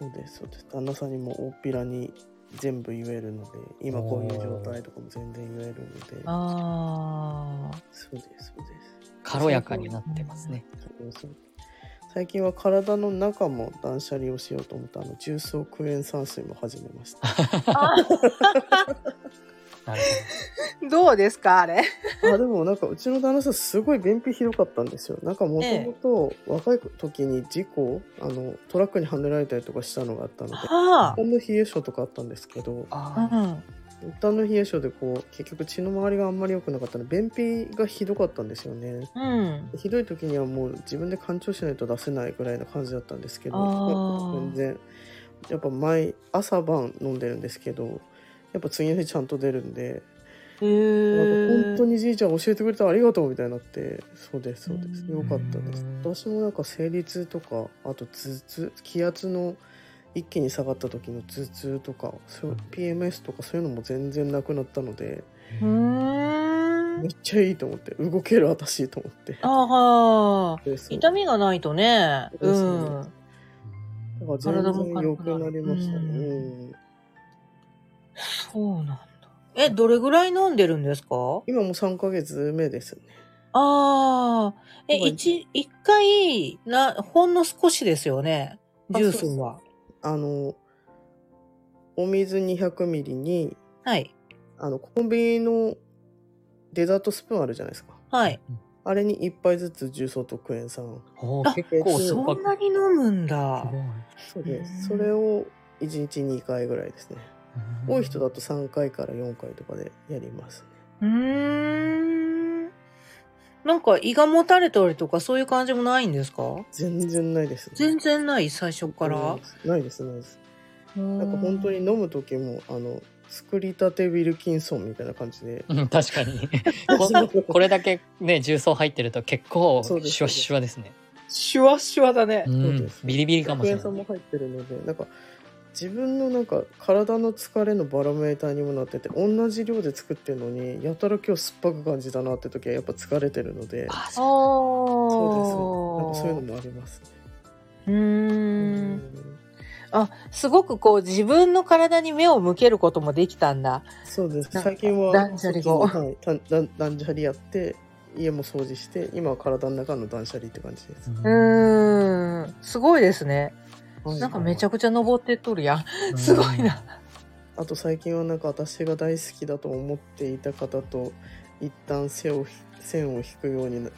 Speaker 2: そうですそうです。旦那さんにも大っぴらに全部言えるので、今こういう状態とかも全然言えるので、
Speaker 3: ああ。
Speaker 2: そうですそうです
Speaker 1: 軽やかになってますね。
Speaker 2: そうです。そうです最近は体の中も断捨離をしようと思ってあの重曹クエン酸水も始めました。あ
Speaker 1: なる
Speaker 3: どうですかあれ。
Speaker 2: でもなんかうちの旦那さんすごい便秘ひどかったんですよ。なんかもともと若い時に事故あのトラックにはねられたりとかしたのがあったので、
Speaker 3: は
Speaker 2: 一般の冷え性とかあったんですけど
Speaker 1: ほど。ああ。
Speaker 3: あ。
Speaker 2: 一般の冷え性でこう結局血の周りがあんまり良くなかったので便秘がひどかったんですよね
Speaker 3: うん。うん。
Speaker 2: ひどい時にはもう自分で勘調しないと出せないぐらいの感じだったんですけど
Speaker 3: あー
Speaker 2: 全然やっぱ毎朝晩飲んでるんですけどやっぱ次の日ちゃんと出るんで、
Speaker 3: へ
Speaker 2: なんか
Speaker 3: え。
Speaker 2: 本当にじいちゃん教えてくれてありがとうみたいになってそうですそうです
Speaker 3: う
Speaker 2: よ
Speaker 3: ん
Speaker 2: かったです
Speaker 1: うん
Speaker 2: 私もなんか生理痛とかあと頭痛気圧の一気に下がった時の頭痛とかそううん PMS とかそういうのも全然なくなったので
Speaker 3: うー
Speaker 2: め
Speaker 3: ん。
Speaker 2: っちゃいいと思って動ける私と思って
Speaker 3: ああ。
Speaker 2: です
Speaker 3: 痛みがないとね。う
Speaker 2: そ
Speaker 3: ん。
Speaker 2: だから全然良くなりましたね
Speaker 3: 体も
Speaker 2: う
Speaker 3: 軽くなる
Speaker 2: ん
Speaker 3: そうなんだ。え、どれぐらい飲んでるんですか
Speaker 2: 今もう3ヶ月目ですね
Speaker 3: ああ。え、
Speaker 2: はい
Speaker 3: 一、一回、な、ほんの少しですよね。ジュースは。
Speaker 2: あのお水200ミリに
Speaker 3: はい。
Speaker 2: あのコンビニのデザートスプーンあるじゃないですか
Speaker 3: はい。
Speaker 2: あれに1杯ずつ重曹とクエン酸
Speaker 1: お
Speaker 3: あ
Speaker 1: ー結構
Speaker 2: そう
Speaker 3: そんなに飲むんだ。
Speaker 2: そうです
Speaker 3: う
Speaker 2: そ
Speaker 3: ん
Speaker 2: れを1日2回ぐらいですね多い人だと3回から4回とかでやりますね
Speaker 3: うーん。なんか胃がもたれたりとかそういう感じもないんですか
Speaker 2: 全然ないですね
Speaker 3: 全然ない最初から。
Speaker 2: ないですないです
Speaker 3: な
Speaker 2: なんか本当に。飲む時もあの作りたてウィルキンソンみたいな感じで
Speaker 1: うん、確かに。ここれだけね、重曹入ってると結構シ
Speaker 2: そうです
Speaker 1: ュワシュワですね。
Speaker 3: シュワシュワだね
Speaker 1: う
Speaker 2: そうんです、
Speaker 1: ビリビリかもしれ
Speaker 2: さ
Speaker 1: な
Speaker 2: んも
Speaker 1: い。
Speaker 2: 入ってるのでなんか自分のなんか体の疲れのバロメーターにもなってて同じ量で作ってるのにやたら今日酸っぱく感じたなって時はやっぱ疲れてるので
Speaker 1: あ
Speaker 3: ああ。
Speaker 1: そう
Speaker 2: そう
Speaker 3: そ
Speaker 2: ですなんかそういうのもありますね
Speaker 3: う
Speaker 2: う
Speaker 3: ーん。あ、すごくこう自分の体に目を向けることもできたんだ。
Speaker 2: そうです
Speaker 3: なんか
Speaker 2: 最近は
Speaker 3: 断捨離後
Speaker 2: はいた断断捨離やって家も掃除して今は体の中の断捨離って感じです、
Speaker 3: うーん。すごいですね。
Speaker 2: はい
Speaker 3: なんかめちゃくちゃ登ってっとるやん。すごいな。
Speaker 2: あと最近はなんか私が大好きだと思っていた方と一旦線をひ線を引くようにな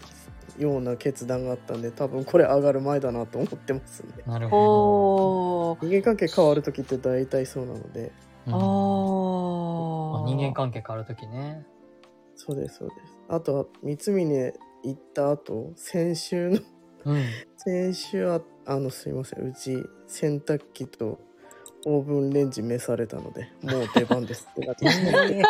Speaker 2: ような決断があったんで多分これ上がる前だなと思ってますね。
Speaker 1: なるほ
Speaker 3: おー
Speaker 2: 人間関係変わる時って大体そうなので
Speaker 1: ど。
Speaker 3: あ
Speaker 1: うん
Speaker 3: ー
Speaker 1: まあ人間関係変わるときね。
Speaker 2: そうですそうです。あとは三峰行った後先週の
Speaker 1: うん。
Speaker 2: 先週はあのすいませんうち洗濯機とオーブンレンジ召されたのでもう出番ですって感じですね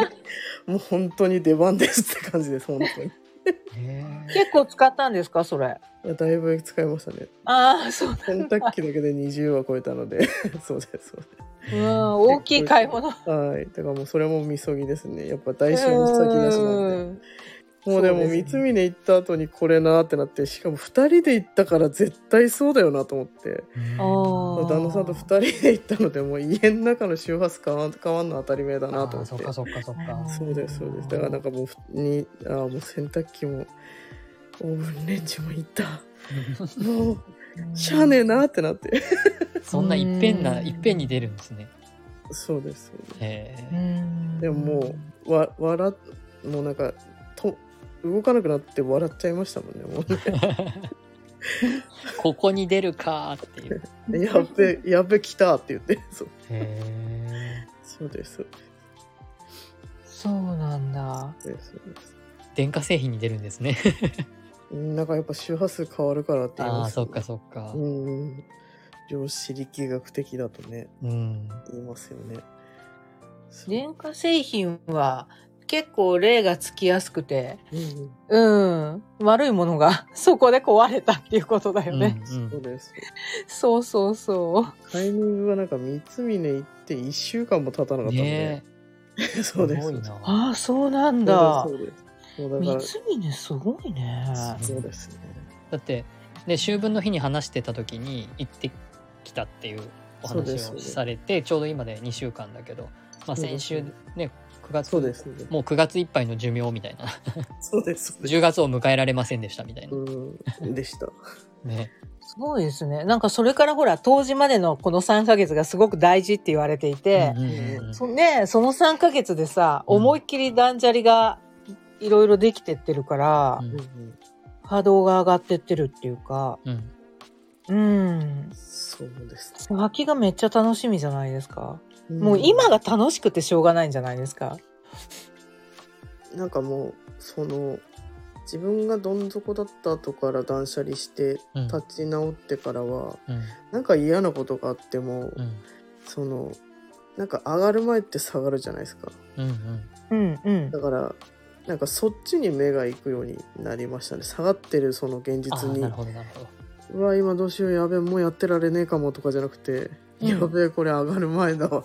Speaker 2: もう本当に出番ですって感じです本当にい
Speaker 1: へえ
Speaker 3: 結構使ったんですかそれ
Speaker 2: やだいぶ使いましたね
Speaker 3: ああそう
Speaker 2: 洗濯機だけで20は超えたので そうですそうで
Speaker 3: うん大きい買い物
Speaker 2: すはいだからもうそれもみそぎですねやっぱ大小に先なしなんで
Speaker 3: うん
Speaker 2: もうでも
Speaker 3: そう
Speaker 2: 三
Speaker 3: ですね
Speaker 2: 峰行った後にこれなーってなってしかも2人で行ったから絶対そうだよなと思って
Speaker 1: うん
Speaker 3: あー
Speaker 2: 旦那さんと2人で行ったのでもう家の中の周波数変わん変わんの当たり前だなと
Speaker 1: あー
Speaker 2: 思
Speaker 1: そ
Speaker 2: っ
Speaker 1: ってかそっかそっか。
Speaker 2: そうですそうですだからなんかもうふにあーもう洗濯機もオーブンレンジもいたもうしゃあねえなーってなって
Speaker 1: そんないっぺんな、
Speaker 3: うん
Speaker 1: いっぺんに出るんですね。
Speaker 2: そうですそうです
Speaker 1: へ
Speaker 3: う
Speaker 1: え。
Speaker 3: ん
Speaker 2: でももうわ笑っもうなんかと動かなくなって笑っちゃいましたもんねもうね
Speaker 1: ここに出るかーっていう。
Speaker 2: やっべやっべ来たって言って そう
Speaker 1: へえ。
Speaker 2: そうですそう
Speaker 3: そうなんだ
Speaker 2: ですそうです
Speaker 1: 電化製品に出るんですね。
Speaker 2: なんかやっぱ周波数変わるからって言い
Speaker 1: あ
Speaker 2: ま
Speaker 1: あ、
Speaker 2: す
Speaker 1: そっ
Speaker 2: よね
Speaker 1: かそっか
Speaker 2: う。ん量子力学的だとね
Speaker 1: うん。
Speaker 2: 言いますよねそう
Speaker 3: 電化製品は結構例がつきやすくて
Speaker 2: うん
Speaker 3: うん悪いものがそこで壊れたっていうことだ
Speaker 1: う
Speaker 3: よ
Speaker 1: ん
Speaker 3: ね、
Speaker 1: うん
Speaker 2: そうです
Speaker 3: そうそうそ
Speaker 2: タイミングがなんか三峰行って1週間も経たなかったんで
Speaker 1: ね、
Speaker 2: そうです
Speaker 1: ごい
Speaker 3: うん
Speaker 1: な。
Speaker 3: ああそうなんだ
Speaker 2: そうですそうですもうだ
Speaker 3: 三
Speaker 2: から
Speaker 3: 峰すごいね
Speaker 2: そうですね
Speaker 1: だって、ね、秋分の日に話してた時に行ってきたっていうお
Speaker 2: そう
Speaker 1: 話
Speaker 2: です
Speaker 1: をされて、ちょうど今で2週間だけど、まあ、
Speaker 2: そうで
Speaker 1: 先
Speaker 2: す
Speaker 1: 週ね、9月、
Speaker 2: そうですそうです
Speaker 1: もう9月いっぱいの寿命みたいな、
Speaker 2: そうですそうです
Speaker 1: 10月を迎えられませんでしたみたいな。
Speaker 2: うんでした。
Speaker 1: ね。
Speaker 3: すごいですねなんかそれからほら当時までのこの3ヶ月がすごく大事って言われていて
Speaker 1: う、んうんうん
Speaker 3: そねその3ヶ月でさ
Speaker 1: うん
Speaker 3: 思いっきり断捨離がいろいろできてってるから、
Speaker 1: うん
Speaker 3: 波動が上がってってるっていうか
Speaker 1: うん
Speaker 3: うん
Speaker 2: そうです、
Speaker 3: 先がめっちゃ楽しみじゃないですか、
Speaker 2: ね。
Speaker 3: もう今が楽しくてしょうがないんじゃないですか
Speaker 2: なんかもうその自分がどん底だった後から断捨離して
Speaker 1: うん
Speaker 2: 立ち直ってからは、
Speaker 1: うん
Speaker 2: なんか嫌なことがあっても、
Speaker 1: うん
Speaker 2: そのなんか上がる前って下がるじゃないですか。
Speaker 1: うんうん
Speaker 3: うんうん
Speaker 2: だからなんかそっちに目が行くようになりましたね。下がってるその現
Speaker 1: あ
Speaker 2: 実
Speaker 1: ー
Speaker 2: に
Speaker 1: なるほどなるほど。
Speaker 2: うわ今どうしようやべえもうやってられねえかもとかじゃなくて、
Speaker 3: うん
Speaker 2: やべえこれ上がる前だわ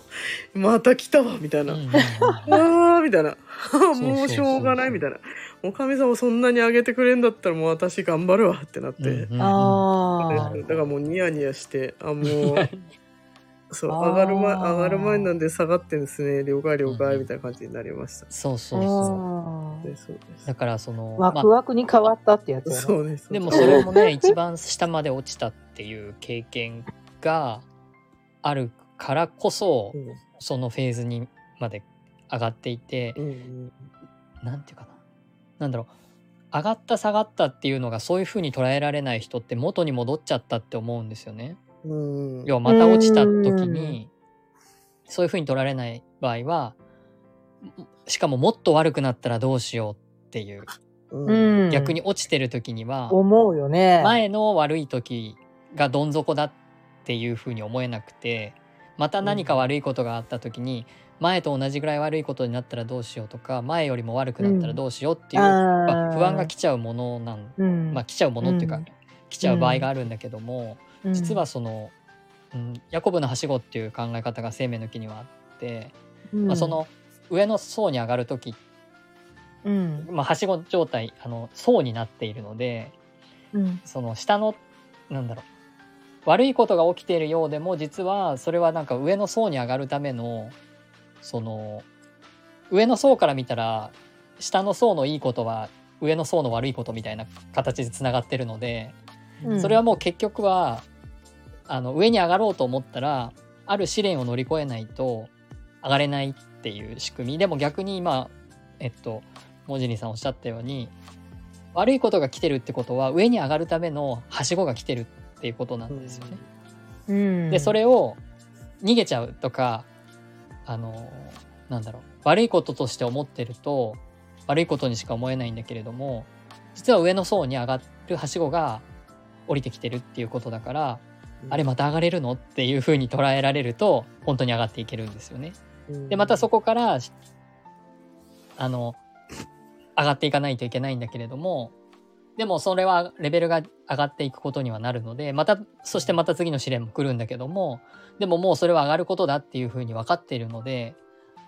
Speaker 2: また来たわみたいな、
Speaker 1: うんうんう ん
Speaker 2: あーみたいな
Speaker 1: うそう
Speaker 2: もうしょうがないみたいなおかみさんをそんなに上げてくれんだったらもう私頑張るわってなって、
Speaker 1: うんうんうん
Speaker 3: あ
Speaker 2: で
Speaker 1: な
Speaker 2: だ
Speaker 1: るほど
Speaker 2: からもうニヤニヤしてあもう そう
Speaker 3: あー
Speaker 2: 上がる前上がる前なんで下がってんですね了解了
Speaker 1: うんう
Speaker 2: 解
Speaker 1: ん
Speaker 2: みたいな感じになりました、
Speaker 1: そうそうそ
Speaker 3: あ
Speaker 2: でそう
Speaker 1: う。
Speaker 2: で
Speaker 1: だからその、
Speaker 3: ーワクワクに変わったってや
Speaker 2: す
Speaker 3: つやね
Speaker 2: そうです
Speaker 1: でもそれもね一番下まで落ちたっていう経験があるからこそ
Speaker 2: うん
Speaker 1: そのフェーズにまで上がっていて
Speaker 2: うんうん
Speaker 1: なんていうかななんだろう上がった下がったっていうのがそういう風に捉えられない人って元に戻っちゃったって思うんですよね。
Speaker 2: うんうん
Speaker 1: 要はまた落ちた時にそういう風に捉えられない場合はしかももっと悪くなったらどうしようっていう
Speaker 2: うん
Speaker 3: うん
Speaker 1: 逆に落ちてる時には
Speaker 3: 思うよね
Speaker 1: 前の悪い時がどん底だっていうふうに思えなくてまた何か悪いことがあった時に前と同じぐらい悪いことになったらどうしようとか前よりも悪くなったらどうしようっていう、
Speaker 3: あ
Speaker 1: まあ
Speaker 3: ー
Speaker 1: 不安が来ちゃうものなん
Speaker 3: うん
Speaker 1: まあ来ちゃうものっていうか、
Speaker 3: うん
Speaker 1: 来ちゃう場合があるんだけども、
Speaker 3: うん
Speaker 1: 実はその、うん、ヤコブのはしごっていう考え方が生命の木にはあって、
Speaker 3: うん
Speaker 1: まあ、その上の層に上がる時って
Speaker 3: うん
Speaker 1: まあ、はしご状態あの層になっているので
Speaker 3: うん
Speaker 1: その下のなんだろう悪いことが起きているようでも実はそれはなんか上の層に上がるためのその上の層から見たら下の層のいいことは上の層の悪いことみたいな形でつながってるので
Speaker 3: うん
Speaker 1: それはもう結局はあの上に上がろうと思ったらある試練を乗り越えないと上がれないっていう仕組みでも逆に今えっとモジリさんおっしゃったように悪いことが来てるってことは上に上がるためのはしごが来てるっていうことなんですよね。
Speaker 3: うん
Speaker 1: でそれを逃げちゃうとかあのなんだろう悪いこととして思ってると悪いことにしか思えないんだけれども実は上の層に上がるはしごが降りてきてるっていうことだからあれまた上がれるのっていうふうに捉えられると本当に上がっていけるんですよね。でまたそ
Speaker 2: こ
Speaker 1: こからあの上がっていかないといけないんだけれどもでもそれはレベルが上がっていくことにはなるのでまたそしてまた次の試練も来るんだけどもでももうそれは上がることだっていうふうに分かっているので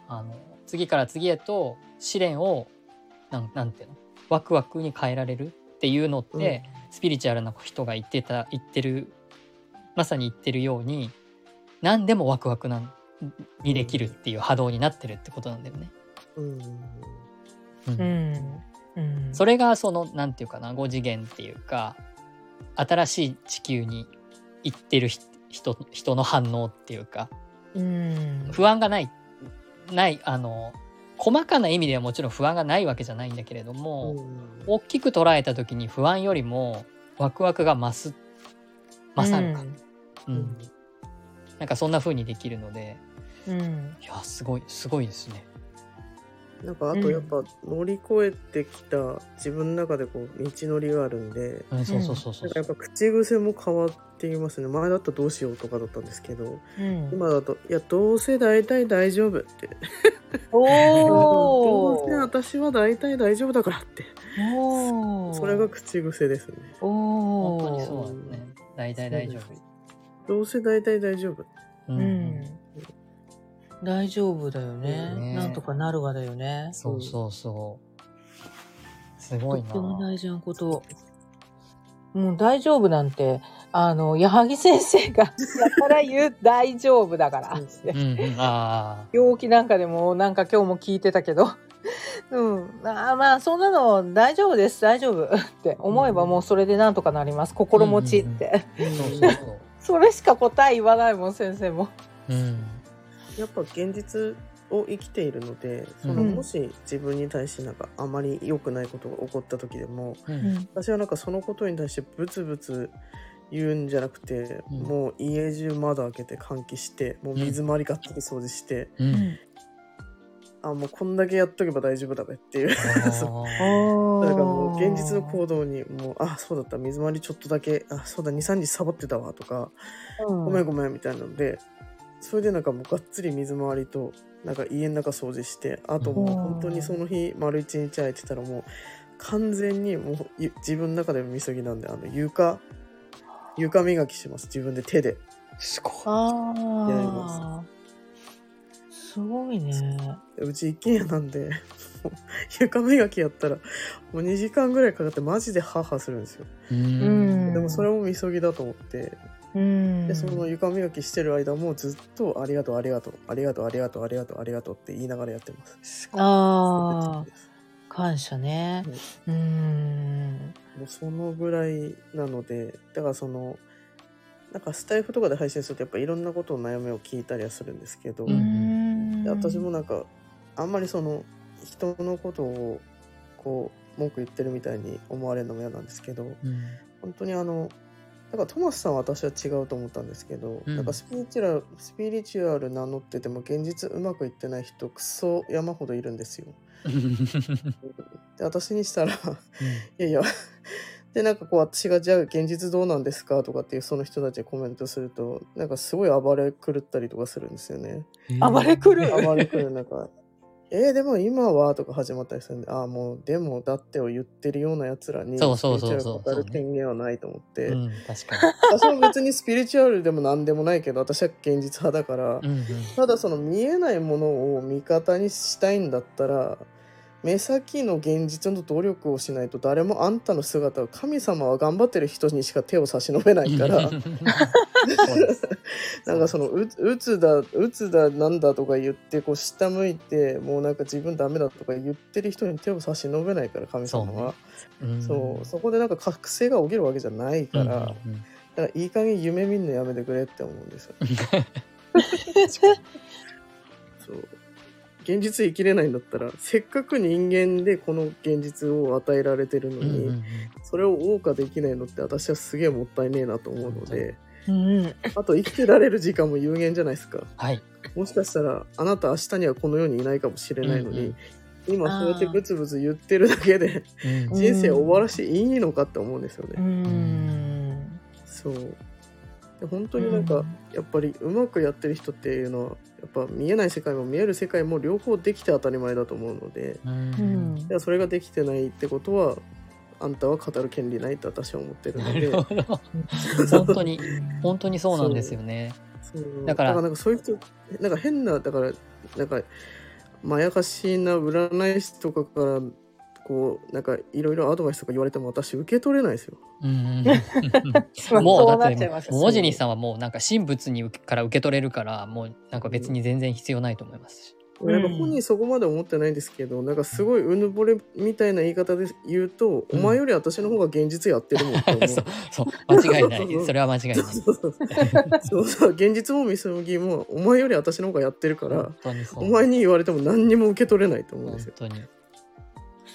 Speaker 1: あの次から次へと試練をなんなんていうのワクワクに変えられるっていうのって、スピリチュアルな人が言ってた言ってるまさに言ってるように何でもワクワクなんにできるっていう波動になってるってことなんだよね。
Speaker 2: うん
Speaker 1: うん
Speaker 3: うんうん
Speaker 1: それがその何て言うかな5次元っていうか新しい地球に行ってるひ人人の反応っていうか
Speaker 3: うん
Speaker 1: 不安がないないあの細かな意味ではもちろん不安がないわけじゃないんだけれども、大きく捉えた時に不安よりもワクワクが増す勝るかな、う
Speaker 2: うんん
Speaker 1: なんかそんな風にできるので
Speaker 3: うん
Speaker 1: いやすごいすごいですね。
Speaker 2: なんかあとやっぱ乗り越えてきた自分の中でこう道のりがあるんで
Speaker 1: うん、そうそうそうそ
Speaker 2: な
Speaker 1: うん
Speaker 2: かやっぱ口癖も変わっていますね前だったらどうしようとかだったんですけど
Speaker 3: うん
Speaker 2: 今だと「いやどうせ大体大丈夫」って
Speaker 3: お
Speaker 2: どうせ
Speaker 3: ー
Speaker 2: 私は大体大丈夫だからって
Speaker 3: おー
Speaker 2: それが口癖ですね
Speaker 3: お
Speaker 1: 本
Speaker 3: ー
Speaker 1: 当にそうだね。大体大丈
Speaker 2: どうせ大体大丈夫
Speaker 1: 夫。う
Speaker 3: うん
Speaker 1: ん、
Speaker 3: 大丈夫だよね
Speaker 1: ね
Speaker 3: なんとかなるわだよね
Speaker 1: そうそうそう。す
Speaker 3: と
Speaker 1: ごい
Speaker 3: っても
Speaker 1: な。
Speaker 3: 大事なこともう大丈夫なんてあの矢作先生がやたら言う大丈夫だから
Speaker 2: そうそう
Speaker 1: うんうん、あ
Speaker 3: 病気なんかでもなんか今日も聞いてたけど うんあーまあそんなの大丈夫です大丈夫 って思えばもうそれでなんとかなります心持ちって、
Speaker 1: あ、そうそうそう。
Speaker 3: それしか答え言わないもん先生も
Speaker 1: うん、
Speaker 2: やっぱ現実を生きているのでその
Speaker 3: うん
Speaker 2: もし自分に対してなんかあまり良くないことが起こった時でも
Speaker 1: うん、
Speaker 2: 私はなんかそのことに対してブツブツ言うんじゃなくて、
Speaker 1: うん
Speaker 2: もう家中窓開けて換気してもう水回りがっつり掃除して、
Speaker 1: うん。
Speaker 2: あもうこんだけやっとけば大丈夫だべっていうだからもう
Speaker 3: おー
Speaker 2: 現実の行動にもうあそうだった水回りちょっとだけあそうだ23日サボってたわとか、
Speaker 3: うん
Speaker 2: ごめんごめんみたいなのでそれでなんかもうがっつり水回りとなんか家の中掃除してあともう本当にその日丸一日空いてたらもう完全にもうゆ自分の中でもみそぎなんであの床床磨きします自分で手で。
Speaker 1: すごい。
Speaker 3: あ
Speaker 2: やり
Speaker 3: あ
Speaker 2: ま
Speaker 3: すごいね
Speaker 2: うち一軒家なんで もう床磨きやったらもう2時間ぐらいかかってマジでハーハーするんですよ
Speaker 1: う
Speaker 3: うん
Speaker 2: でもそれもみそぎだと思って、
Speaker 3: うん
Speaker 2: でその床磨きしてる間もずっとありがとうありがとうありがとうありがとうありがとうありがとうって言いながらやってます
Speaker 1: すごい。
Speaker 3: ああ感謝ねうん
Speaker 2: もうそのぐらいなのでだからそのなんかスタイフとかで配信するとやっぱいろんなことの悩みを聞いたりはするんですけど、
Speaker 1: うん
Speaker 2: で私 もなん
Speaker 3: か
Speaker 2: んかあんまりその人のことをこう文句言ってるみたいに思われるのも嫌なんですけど
Speaker 1: うん
Speaker 2: 本当にあのだからトマスさんは私は違うと思ったんですけど、
Speaker 1: うん
Speaker 2: なんかスピリチュアルスピリチュアル名乗ってても現実うまくいってない人クソ山ほどいるんですよ。で私にしたらいやい やでなんかこう私がじゃあ現実どうなんですかとかっていうその人たちにコメントするとなんかすごい暴れ狂ったりとかするんですよね。
Speaker 3: 暴れ狂う
Speaker 2: 暴れくる中「えー、でも今は?」とか始まったりするんで「ああもうでもだって」を言ってるようなやつらに
Speaker 1: そうそうそうそう
Speaker 2: スピリチュアル語る権限はないと思って、
Speaker 1: うん、確か
Speaker 2: 私も別にスピリチュアルでも何でもないけど私は現実派だから、
Speaker 1: に。うんうん
Speaker 2: ただその見えないものを味方にしたいんだったら目先の現実の努力をしないと誰もあんたの姿を神様は頑張ってる人にしか手を差し伸べないから
Speaker 1: そうです
Speaker 2: なんかそのううつだうつだなんだとか言ってこう下向いてもうなんか自分ダメだとか言ってる人に手を差し伸べないから神様は
Speaker 1: うん
Speaker 2: そう,、そこでなんか覚醒が起きるわけじゃないから、だか
Speaker 1: うんうん
Speaker 2: らいい加減夢見るのやめてくれって思うんですよ。そう現実生きれないんだったらせっかく人間でこの現実を与えられてるの
Speaker 1: うん
Speaker 2: に、
Speaker 1: うん
Speaker 2: それを謳歌できないのって私はすげえもったいねえなと思うので
Speaker 3: うん、
Speaker 2: あと生きてられる時間も有限じゃないですか
Speaker 1: はい。
Speaker 2: もしかしたらあなた明日にはこの世にいないかもしれないのに、
Speaker 1: うんうん
Speaker 2: 今そうやってブツブツ言ってるだけで
Speaker 1: うん
Speaker 3: ん
Speaker 2: 人生終わらしていいのかって思うんですよね。
Speaker 3: うん、
Speaker 2: そうで本当になんか、やっぱりうまくやってる人っていうのはやっぱ見えない世界も見える世界も両方できて当たり前だと思うので
Speaker 1: う
Speaker 3: うんん
Speaker 2: いやそれができてないってことはあんたは語る権利ないって私は思ってるの
Speaker 1: な
Speaker 2: で
Speaker 1: るほど。本当に、本当にそうなんですよね。
Speaker 2: そう
Speaker 1: だから
Speaker 2: なんかそういう人なんか変なだからなんかまやかしな占い師とかからこうなんかいろいろアドバイスとか言われても私受け取れないですよ。
Speaker 1: うん
Speaker 3: ま
Speaker 1: う
Speaker 3: あ
Speaker 1: ん、も
Speaker 3: そう
Speaker 1: だ
Speaker 3: な
Speaker 1: っ
Speaker 3: っちゃ
Speaker 1: て
Speaker 3: います
Speaker 1: もう文字にさんはもうなんか神仏に受けから受け取れるからもうなんか別に全然必要ないと思いますし。
Speaker 3: うん
Speaker 2: なんか本人そこまで思ってないんですけど、なんかすごいうぬぼれみたいな言い方で言うと、
Speaker 1: うん
Speaker 2: お前より私の方が現実やってるもんって思う。
Speaker 1: そ
Speaker 2: そう
Speaker 1: そう間違いないそれは間違いない。
Speaker 2: うそうそうそう現実もみそぎもお前より私の方がやってるから
Speaker 1: 本、当にそう。
Speaker 2: お前に言われても何にも受け取れないと思うんです
Speaker 1: 本
Speaker 2: よ
Speaker 1: 当に。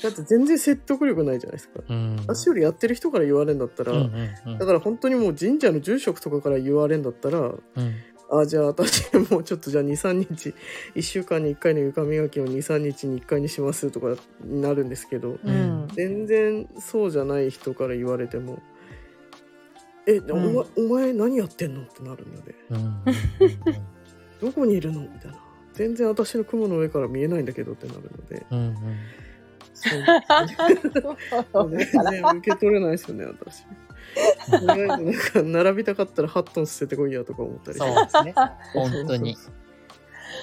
Speaker 2: だって全然説得力ないじゃないですか
Speaker 1: うん。
Speaker 2: 私よりやってる人から言われるんだったら、
Speaker 1: うんうん
Speaker 2: だから本当にもう神社の住職とかから言われるんだったら
Speaker 1: うんうん。
Speaker 2: あじゃあ私もうちょっとじゃあ23日1週間に1回の床磨きを23日に1回にしますとかになるんですけど
Speaker 3: うん
Speaker 2: 全然そうじゃない人から言われても「え、で
Speaker 3: うん
Speaker 2: お前お前何やってんの?」ってなるので
Speaker 1: うんうん
Speaker 2: 「どこにいるの?」みたいな「全然私の雲の上から見えないんだけど」ってなるので
Speaker 1: うんうん
Speaker 2: そう全然受け取れないですよね私。意外となんか並びたかったら8トン捨ててこいやとか思ったり
Speaker 1: そうですね。本当に。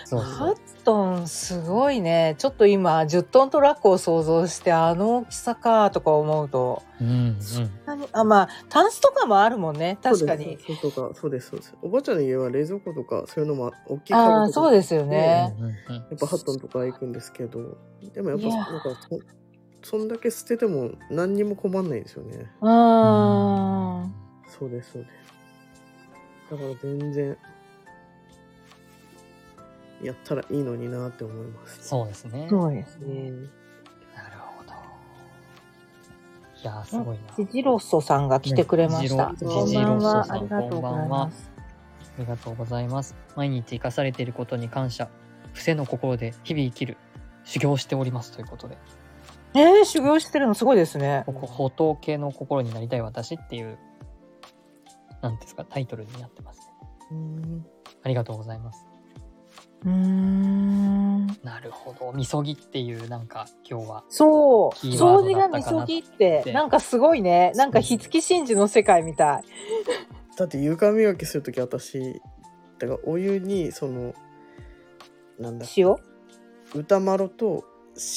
Speaker 1: そうそ
Speaker 3: ハ
Speaker 1: う。
Speaker 3: ットンすごいねちょっと今10トントラックを想像してあの大きさかとか思うと
Speaker 1: うんうん。
Speaker 3: 何あまあタンスとかもあるもんね確
Speaker 2: そ
Speaker 3: か
Speaker 2: う
Speaker 3: に
Speaker 2: ですそうとかそうですそうですおばあちゃんの家は冷蔵庫とかそういうのも大きい
Speaker 3: ああ
Speaker 2: 家具と
Speaker 3: そ
Speaker 2: か
Speaker 3: う
Speaker 2: や
Speaker 3: ですよね、
Speaker 1: うんうん
Speaker 2: っぱハットンとか行くんですけどでもやっぱ
Speaker 3: いや
Speaker 2: なんかそそんだけ捨てても何にも困んないんですよね
Speaker 3: うーん
Speaker 2: そうですそうですだから全然やったらいいのになって思います
Speaker 1: そうですね。
Speaker 3: そうです
Speaker 2: う
Speaker 3: ね
Speaker 2: ん
Speaker 1: なるほど。いやー、すごいな。
Speaker 3: ジジロッソさんが来てくれました。
Speaker 1: ジ
Speaker 2: ロ
Speaker 3: こんばんは、ありがとうござ
Speaker 1: こん
Speaker 3: い
Speaker 1: ばんは
Speaker 3: ます。
Speaker 1: ありがとうございます。毎日生かされていることに感謝。伏せの心で日々生きる。修行しておりますということで。
Speaker 3: えー、修行してるのすごいですね。
Speaker 1: ここ、法刀系の心になりたい私っていう、なんていうんですか、タイトルになってますね。
Speaker 2: うん
Speaker 1: ありがとうございます。
Speaker 3: うーん。
Speaker 1: なるほど。みそぎっていう、なんか、今日は。
Speaker 3: そう、
Speaker 1: キーワ
Speaker 3: 掃
Speaker 1: ー
Speaker 3: 除
Speaker 1: ドだ
Speaker 3: が
Speaker 1: った
Speaker 3: み
Speaker 1: かな
Speaker 3: そぎって、なんかすごいね。なんか火付き真珠の世界みたい。
Speaker 2: だって床磨きするとき私だからお湯にそのなんだ
Speaker 3: 塩
Speaker 2: 歌丸と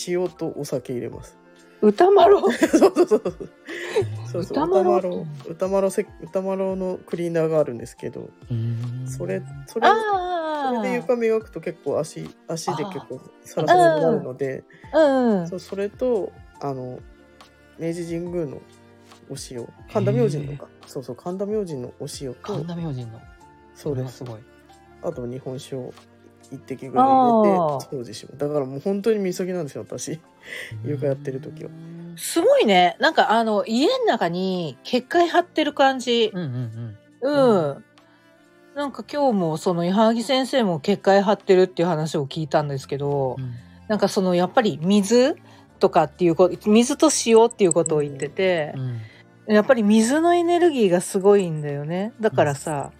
Speaker 2: 塩とお酒入れます
Speaker 3: 歌丸
Speaker 2: そ
Speaker 3: を。
Speaker 2: うそうそうそう そうそう
Speaker 3: 歌
Speaker 2: 歌
Speaker 3: 丸
Speaker 2: 丸を歌丸せ歌丸のクリーナーがあるんですけど
Speaker 1: うーん
Speaker 2: それそれ
Speaker 3: あ
Speaker 2: それ
Speaker 3: あ。
Speaker 2: で床磨くと結構足足で結構サラサラになるので
Speaker 3: うん。
Speaker 2: そうそれとあの明治神宮のお塩神田明神とかそうそう神田明神のお塩と
Speaker 1: 神田明神の。
Speaker 2: そう
Speaker 1: れ
Speaker 2: で
Speaker 1: は
Speaker 2: す
Speaker 1: すごい。
Speaker 2: あと日本酒を一滴ぐらい入れて
Speaker 3: あー
Speaker 2: 掃除しますだからもう本当にみそぎなんですよ私床やってる時は
Speaker 3: すごいね。なんかあの、家の中に結界張ってる感じ。
Speaker 1: うんうん
Speaker 3: うん。なんか今日もその矢作先生も結界張ってるっていう話を聞いたんですけど、
Speaker 1: うん。
Speaker 3: なんかそのやっぱり水とかっていうこと、水と塩っていうことを言ってて
Speaker 1: う、ん
Speaker 3: やっぱり水のエネルギーがすごいんだよね。だからさ、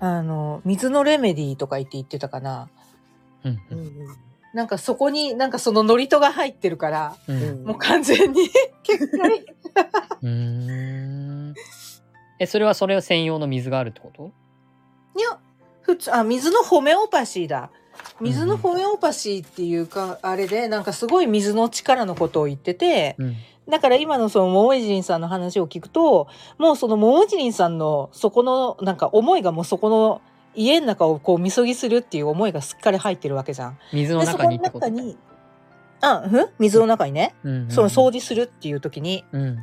Speaker 3: あの、水のレメディーとか言って言ってたかな。
Speaker 1: うん
Speaker 2: う
Speaker 1: うんん
Speaker 3: なんかそこに、なんかそのノリトが入ってるから、
Speaker 1: う
Speaker 2: うん
Speaker 1: ん
Speaker 2: うん
Speaker 3: もう完全に結界
Speaker 1: うーん。え、それはそれ専用の水があるってこと
Speaker 3: いや、普通、あ、水のホメオパシーだ。水のホメオパシーっていうか、あれで、なんかすごい水の力のことを言ってて、
Speaker 1: うん。
Speaker 3: だから今のその桃井人さんの話を聞くと、もうその桃井人さんのそこの、なんか思いがもうそこの家の中をこうみそぎするっていう思いがすっかり入ってるわけじゃん。
Speaker 1: 水の
Speaker 3: で、そ
Speaker 1: 中
Speaker 3: この
Speaker 1: にってこと
Speaker 3: 中に、あ、ふ水の中にね、
Speaker 1: うんうん
Speaker 3: その掃除するっていう時に、
Speaker 1: うん。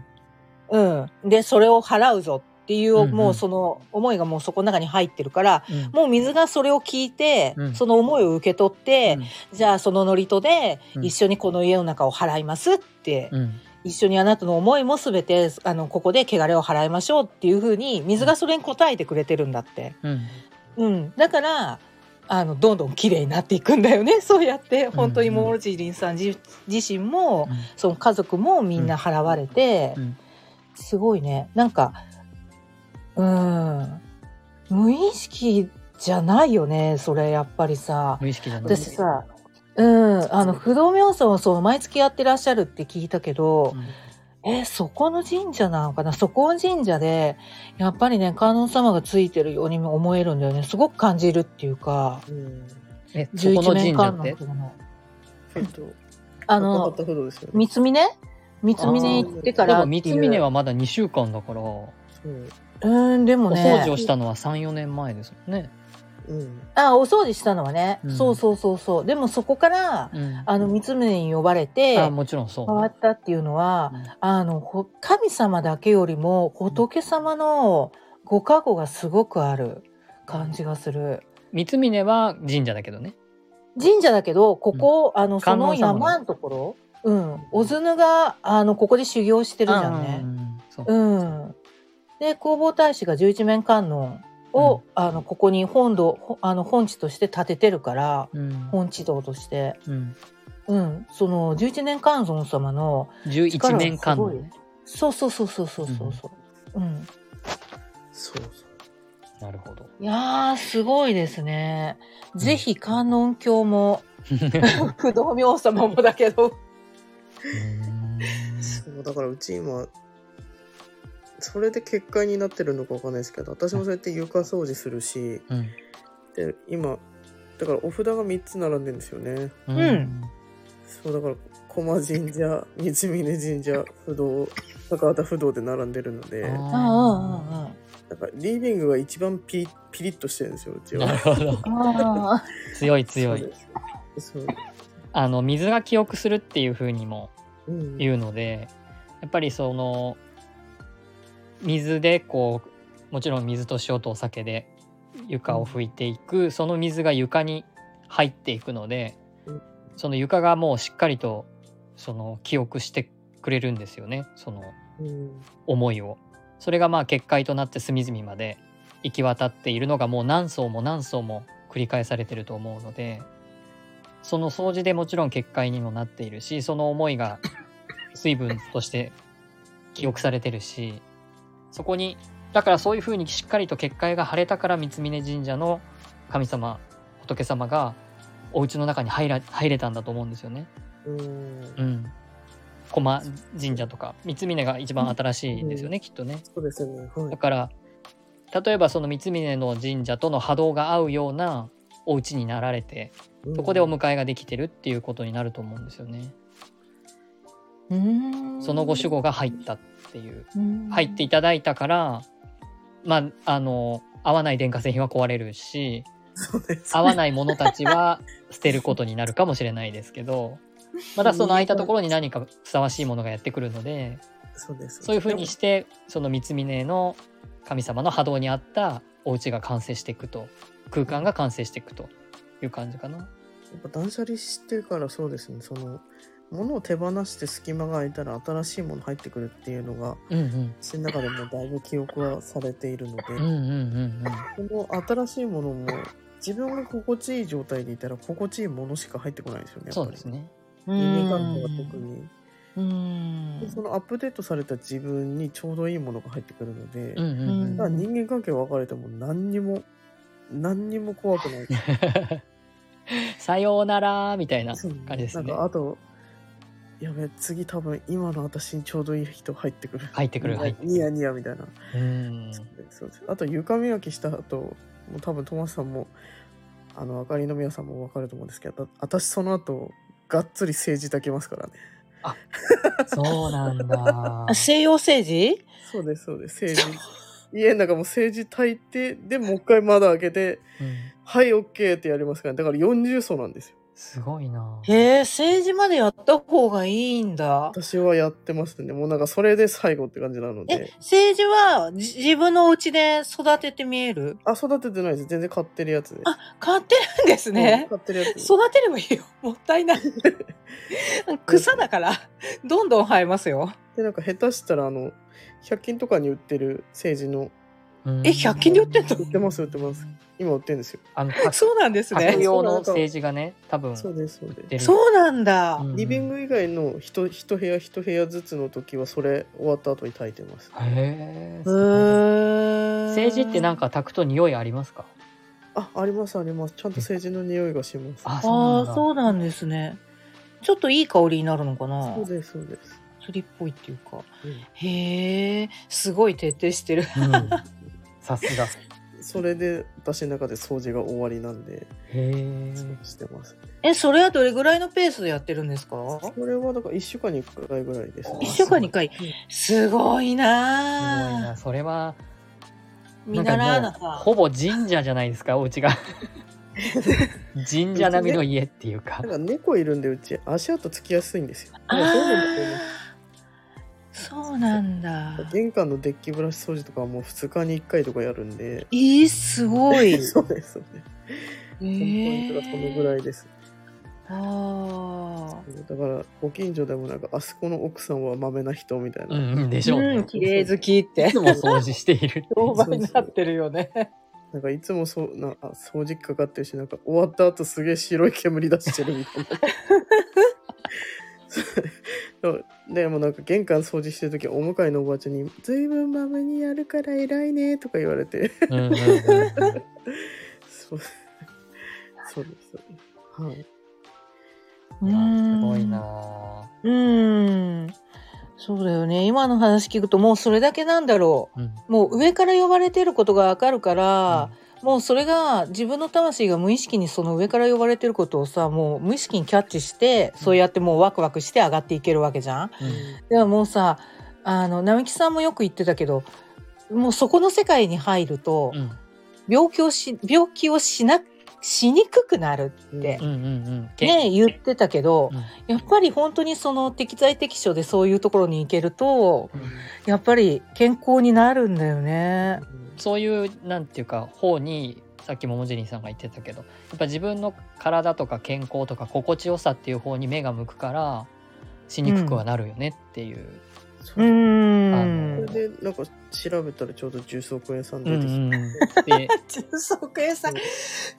Speaker 3: うん。で、それを払うぞっっていう、
Speaker 1: うんうん
Speaker 3: もうその思いがもうそこの中に入ってるから、
Speaker 1: うん
Speaker 3: もう水がそれを聞いて、
Speaker 1: うん
Speaker 3: その思いを受け取って、じゃあその祝詞で
Speaker 1: うん
Speaker 3: 一緒にこの家の中を払いますって、
Speaker 1: うんうん
Speaker 3: 一緒にあなたの思いも全てあのここで汚れを払いましょうっていうふうに水がそれに応えてくれてるんだって。
Speaker 1: うん
Speaker 3: うん、だからあのどんどん綺麗になっていくんだよね そうやって本当に
Speaker 1: うんうん
Speaker 3: モモジリンさん自自身も、
Speaker 1: うん
Speaker 3: その家族もみんな払われて、
Speaker 1: うんうん
Speaker 3: すごいねなんかうん無意識じゃないよねそれやっぱりさ。
Speaker 1: 無意識じゃない
Speaker 3: 私さうん、あの不動明尊をそう毎月やってらっしゃるって聞いたけど、
Speaker 1: うん
Speaker 3: えそこの神社なのかなそこの神社でやっぱりね観音様がついてるようにも思えるんだよねすごく感じるっていうか
Speaker 2: うん
Speaker 1: えそこ
Speaker 3: 11
Speaker 1: の神
Speaker 3: 面
Speaker 1: 社っ
Speaker 3: 観音
Speaker 1: て
Speaker 3: とかの
Speaker 2: えっと
Speaker 3: あ
Speaker 2: 高
Speaker 3: の
Speaker 2: 畑不動ですよね
Speaker 3: 三峰三峰行ってか
Speaker 1: でも
Speaker 3: らってい
Speaker 1: 三
Speaker 3: う
Speaker 1: 峰はまだ2週間だからお
Speaker 2: うん
Speaker 3: うんでも
Speaker 1: 掃除
Speaker 3: ね
Speaker 1: をしたのは34年前ですもんね。
Speaker 2: うん
Speaker 3: あお掃除したのはね、
Speaker 1: うん
Speaker 3: そうそうそうそうでもそこから
Speaker 1: うん
Speaker 3: あの三峰に呼ばれて
Speaker 1: あ
Speaker 3: 変
Speaker 1: もちろんそう
Speaker 3: わ
Speaker 1: ね
Speaker 3: ったっていうのはあのほ神様だけよりも仏様のご加護がすごくある感じがする。
Speaker 1: 三峰は神社だけどね
Speaker 3: 神社だけどここ、あのそ
Speaker 1: 観
Speaker 3: の
Speaker 1: 音様の
Speaker 3: 山のところ、うん、おずぬがあのここで修行してるじゃん
Speaker 1: う
Speaker 3: ね。
Speaker 1: んそう
Speaker 3: うん、で弘法大師が十一面観音
Speaker 1: う
Speaker 3: を、
Speaker 1: ん
Speaker 3: あのここに本堂ほあの本地として建ててるから
Speaker 1: うん
Speaker 3: 本地堂として、
Speaker 1: うん
Speaker 3: うん、その十一面観音様の
Speaker 1: 11面観音ね
Speaker 3: そうそうそうそうそうそうそう。うん、
Speaker 2: そうそう
Speaker 1: なるほど
Speaker 3: いやーすごいですね。ぜひ観音教も 不動明王様もだけど
Speaker 2: そうだからうち今それで結界になってるのかわかんないですけど私もそうやって床掃除するし
Speaker 1: うん
Speaker 2: で今だからお札が3つ並んでるんですよね
Speaker 1: うん
Speaker 3: うん
Speaker 2: そうだから駒神社三峯神社不動高畑不動で並んでるので
Speaker 1: あ
Speaker 3: うんうんうんうん。
Speaker 2: なんかリビングが一番ピピリッとしてるんですようち
Speaker 1: なる
Speaker 2: は
Speaker 1: ほど
Speaker 3: あ
Speaker 1: 強い強い
Speaker 2: そうそう
Speaker 1: あの水が記憶するっていう風にも
Speaker 2: うん
Speaker 1: 言うのでやっぱりその水でこうもちろん水と塩とお酒で床を拭いていくその水が床に入っていくので
Speaker 2: うん
Speaker 1: その床がもうしっかりとその記憶してくれるんですよねその
Speaker 2: うん
Speaker 1: 思いをそれがまあ結界となって隅々まで行き渡っているのがもう何層も何層も繰り返されてると思うのでその掃除でもちろん結界にもなっているしその思いが水分として記憶されてるしそこにだからそういうふうにしっかりと結界が晴れたから三峯神社の神様仏様がお家の中に入ら入れたんだと思うんですよね。
Speaker 2: うん
Speaker 1: うん、駒神社とか三峯が一番新しいですよね、きっとね。
Speaker 2: そうですよねは
Speaker 1: だ
Speaker 2: い
Speaker 1: から例えばその三峯の神社との波動が合うようなお家になられてそこでお
Speaker 2: うん
Speaker 1: 迎えができてるっていうことになると思うんですよね。
Speaker 3: ー
Speaker 1: その後主語が入ったっていう
Speaker 3: うん
Speaker 1: 入っていただいたからまああの合わない電化製品は壊れるし
Speaker 2: そうです
Speaker 1: 合わないものたち は捨てることになるかもしれないですけどまたその空いたところに何かふさわしいものがやってくるので
Speaker 2: そうです
Speaker 1: そういうふうにしてその三峰の神様の波動に合ったお家が完成していくと空間が完成していくという感じかな。
Speaker 2: やっぱ断捨離してからそうですねその物を手放して隙間が空いたら新しいもの入ってくるっていうのが
Speaker 1: うん
Speaker 2: 私の中でもだいぶ記憶はされているので
Speaker 1: うん、うんうんうん
Speaker 2: この新しいものも自分が心地いい状態でいたら心地いいものしか入ってこないですよね
Speaker 1: うん、
Speaker 2: やっぱり
Speaker 1: そうですね。
Speaker 2: 耳感覚は特に
Speaker 3: うん
Speaker 2: でそのアップデートされた自分にちょうどいいものが入ってくるので、
Speaker 1: う
Speaker 2: だ
Speaker 1: んうんうん
Speaker 3: う
Speaker 2: から人間関係分かれても何にも何にも怖くない
Speaker 1: さようならみたいな
Speaker 2: そう
Speaker 1: 感じですね
Speaker 2: なん。かあとやべ次多分今の私にちょうどいい人入ってくる
Speaker 1: 入ってくる入ってくる
Speaker 2: ニヤニヤみたいな、
Speaker 1: うん
Speaker 2: そうですあと床磨きした後もう多分トマスさんもあのあかりの皆さんも分かると思うんですけどあ私その後がっつり政治だけますからね
Speaker 1: そうなんだ
Speaker 3: あ。西洋政治
Speaker 2: そうですそうです政治 家の中も政治炊いてでもう一回窓開けて
Speaker 1: うん
Speaker 2: はい OK ってやりますから、ね、だから40層なんですよ
Speaker 1: すごいなぁ
Speaker 3: へえ、政治までやった方がいいんだ。
Speaker 2: 私はやってますね。もうなんかそれで最後って感じなの
Speaker 3: え
Speaker 2: で。、
Speaker 3: 政治はじ自分のお家で育ててみえる
Speaker 2: あ、育ててないです。全然買ってるやつです。
Speaker 3: あ、買ってるんです
Speaker 2: うん
Speaker 3: ね。
Speaker 2: 買ってるやつです。
Speaker 3: 育てればいいよ。もったいない。草だから、どんどん生えますよ。
Speaker 2: で、なんか下手したら、あの、100均とかに売ってる政治の、
Speaker 1: うん
Speaker 3: え、100均で売ってんの
Speaker 2: 売ってます、売ってます。今売ってるんですよ。
Speaker 1: あの、パク
Speaker 3: そうなんです
Speaker 1: パク
Speaker 3: ね。
Speaker 1: 用の政治がね、多分、
Speaker 2: そうです、そうです。
Speaker 1: 出る。
Speaker 3: そうなんだ。
Speaker 1: うん
Speaker 2: リビング以外の一一部屋一部屋ずつの時はそれ終わった後に炊いてます。
Speaker 1: へ
Speaker 3: う
Speaker 1: ー
Speaker 3: ーん
Speaker 1: 政治ってなんか炊くと匂いありますか
Speaker 2: あ、ありますあります。ちゃんと政治の匂いがします。
Speaker 1: あ、そうな
Speaker 3: あ
Speaker 1: ん
Speaker 3: あ
Speaker 1: だ。
Speaker 3: ー、そうなんですね。ちょっといい香りになるのかな
Speaker 2: そうですそうです。
Speaker 3: 釣りっぽいっていうか。
Speaker 2: うん
Speaker 3: へえ、すごい徹底してる。
Speaker 1: うんさすが。へ
Speaker 2: それで私の中で掃除が終わりなんで、そう
Speaker 1: え。
Speaker 2: してます。
Speaker 3: え、それはどれぐらいのペースでやってるんですか
Speaker 2: これはだから一週間に一回ぐらいです、
Speaker 3: 一週間に一回
Speaker 2: そううん。
Speaker 3: すごい
Speaker 1: すごい
Speaker 3: な
Speaker 1: な。
Speaker 3: あ
Speaker 1: それは、
Speaker 3: 見習わ
Speaker 1: な
Speaker 3: なん
Speaker 1: か
Speaker 3: さ
Speaker 1: もう。ほぼ神社じゃないですか、お家が。神社並みの家っていうか
Speaker 2: なん。か猫いるんでうち足跡つきやすいんですよ。
Speaker 3: あ
Speaker 2: なんかそういうのも
Speaker 3: ーそうなんだ。
Speaker 2: 玄関のデッキブラシ掃除とかはもう2日に1回とかやるんで。
Speaker 3: えー、すご い。
Speaker 2: そうですそうです。
Speaker 3: ポ
Speaker 2: ポイントがそのぐらいです。
Speaker 3: ああ。
Speaker 2: だからご近所でもなんかあそこの奥さんはマメな人みたいな、
Speaker 1: うんうんでしょう
Speaker 3: う
Speaker 1: ね
Speaker 3: ん、。綺麗好きっ
Speaker 1: い
Speaker 3: て
Speaker 1: つ。も掃除している。
Speaker 3: 評判になってるよね。
Speaker 2: なんかいつもそうなあ掃除機かかってるしなんか終わった後すげえ白い煙出してるみたいな そう。でもなんか玄関掃除してる時お向かいのおばあちゃんに「ずいぶんマメにやるから偉いね」とか言われて
Speaker 1: うんうんうんうん
Speaker 2: そうそうですそうですはい
Speaker 1: いや すごいなぁ。
Speaker 3: うん。そうだよね。今の話聞くと、もうそれだけなんだろ
Speaker 1: うん
Speaker 3: う。もう上から呼ばれてることがわかるから、もうそれが自分の魂が無意識にその上から呼ばれてることをさ、もう無意識にキャッチして、そうやってもうワクワクして上がっていけるわけじゃん。
Speaker 1: うん
Speaker 3: でももうさ、あの、並木さんもよく言ってたけど、もうそこの世界に入ると
Speaker 1: う、ん
Speaker 3: 病気をし、病気をしな、しにくくなるって
Speaker 1: う、んうんうん。
Speaker 3: ね、言ってたけど、
Speaker 1: うん
Speaker 3: やっぱり本当にその適材適所でそういうところに行けると、やっぱり健康になるんだよね。
Speaker 1: そういうなんていうか方にさっきももじりんさんが言ってたけどやっぱ自分の体とか健康とか心地よさっていう方に目が向くからしにくくはなるよねっていう、
Speaker 2: そうう
Speaker 1: あの
Speaker 3: ん
Speaker 2: そ。れでなんか調べたらちょうど重曹クエン酸
Speaker 1: うん
Speaker 2: 出てきて、
Speaker 1: うんで
Speaker 3: 重足塩酸
Speaker 2: そう、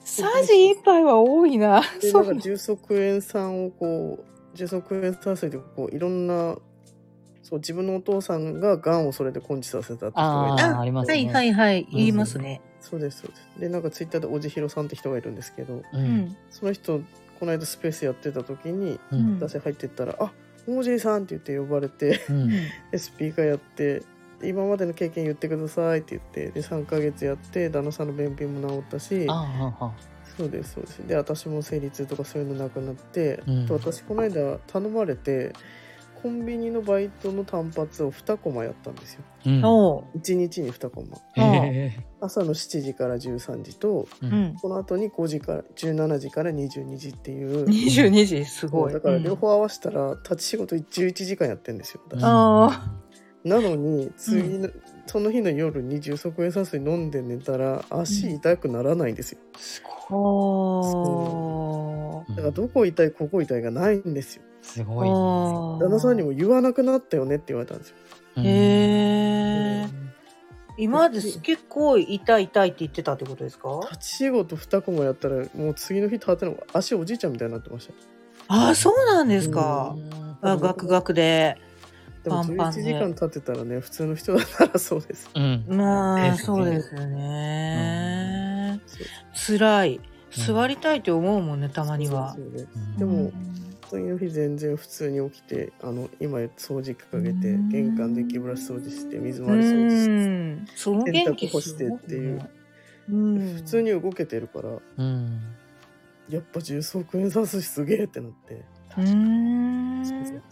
Speaker 3: サジ一杯は多いな。
Speaker 2: で
Speaker 3: そ
Speaker 2: なん
Speaker 3: う
Speaker 2: か。重足塩酸をこう重足塩酸水でこういろんなそう自分のお父さんががんをそれで根治させたって人がいて
Speaker 1: あああります
Speaker 3: は
Speaker 1: ね。
Speaker 3: いはいはい、
Speaker 1: ん
Speaker 3: 言いますね。
Speaker 2: そうですそうですでなんかツイッターでおじひろさんって人がいるんですけど
Speaker 1: う
Speaker 3: うんん。
Speaker 2: その人この間スペースやってた時に
Speaker 1: う
Speaker 3: う
Speaker 1: ん
Speaker 3: ん
Speaker 2: 私入ってったら「あおじいさん」って言って呼ばれて
Speaker 1: う
Speaker 3: うんん
Speaker 2: でスピーカーやって「今までの経験言ってください」って言ってで3ヶ月やって旦那さんの便秘も治ったし
Speaker 1: ああああ
Speaker 2: そうですそうですで私も生理痛とかそういうのなくなって、
Speaker 1: うん
Speaker 2: と私この間頼まれてコンビニのバイトの単発を2コマやったんですよ
Speaker 1: うん
Speaker 3: おう
Speaker 2: 1日に2コマ
Speaker 1: へえ
Speaker 2: 朝の7時から13時と
Speaker 1: う
Speaker 3: うんん。
Speaker 2: この後に5時から17時から22時って いう
Speaker 3: 22時、す
Speaker 2: も
Speaker 3: ご
Speaker 2: う
Speaker 3: い。
Speaker 2: だから両
Speaker 3: うん
Speaker 2: 方合わせたら立ち仕事11時間やってんですよ私
Speaker 3: ああ
Speaker 2: なのに次の、その日の夜に重足塩酸水飲んで寝たら足痛くならないんですよ
Speaker 1: すごい
Speaker 3: おー
Speaker 1: うん
Speaker 2: だからどこ痛いここ痛いがないんですよ
Speaker 1: す
Speaker 3: あ
Speaker 1: ごいね
Speaker 3: ー。
Speaker 2: 旦那さんにも言わなくなったよねって言われたんですよ。
Speaker 1: うん
Speaker 3: へえ。今まで結構痛い痛いって言ってたってことですか
Speaker 2: 立ち仕事2コマやったらもう次の日立ての足おじいちゃんみたいになってましたよ
Speaker 3: ああ、そうなんです
Speaker 1: う
Speaker 3: か。
Speaker 1: ん
Speaker 3: あ、ガクガクで。
Speaker 2: でも
Speaker 3: パンパン
Speaker 2: 11
Speaker 3: ね
Speaker 2: 時間立てたらね普通の人だったらそうです。
Speaker 1: うん
Speaker 3: ま
Speaker 1: で
Speaker 3: あ、
Speaker 1: すね
Speaker 3: そうですよね。
Speaker 2: そう
Speaker 3: 辛い。座りたいって思うもんね、たまには
Speaker 2: そ。うです
Speaker 1: うん
Speaker 2: で
Speaker 3: う
Speaker 2: も
Speaker 3: ん
Speaker 2: 次の日全然普通に起きてあの今掃除機かけて
Speaker 3: うん
Speaker 2: 玄関デッキブラシ掃除して水
Speaker 3: う
Speaker 2: 回り掃除して
Speaker 3: ん。その元気
Speaker 2: 洗濯干してっていう
Speaker 3: すごねうん
Speaker 2: 普通に動けてるから
Speaker 1: うん
Speaker 2: やっぱ重曹クエン酸水すげえってなって。
Speaker 3: う
Speaker 2: そうで
Speaker 3: ん。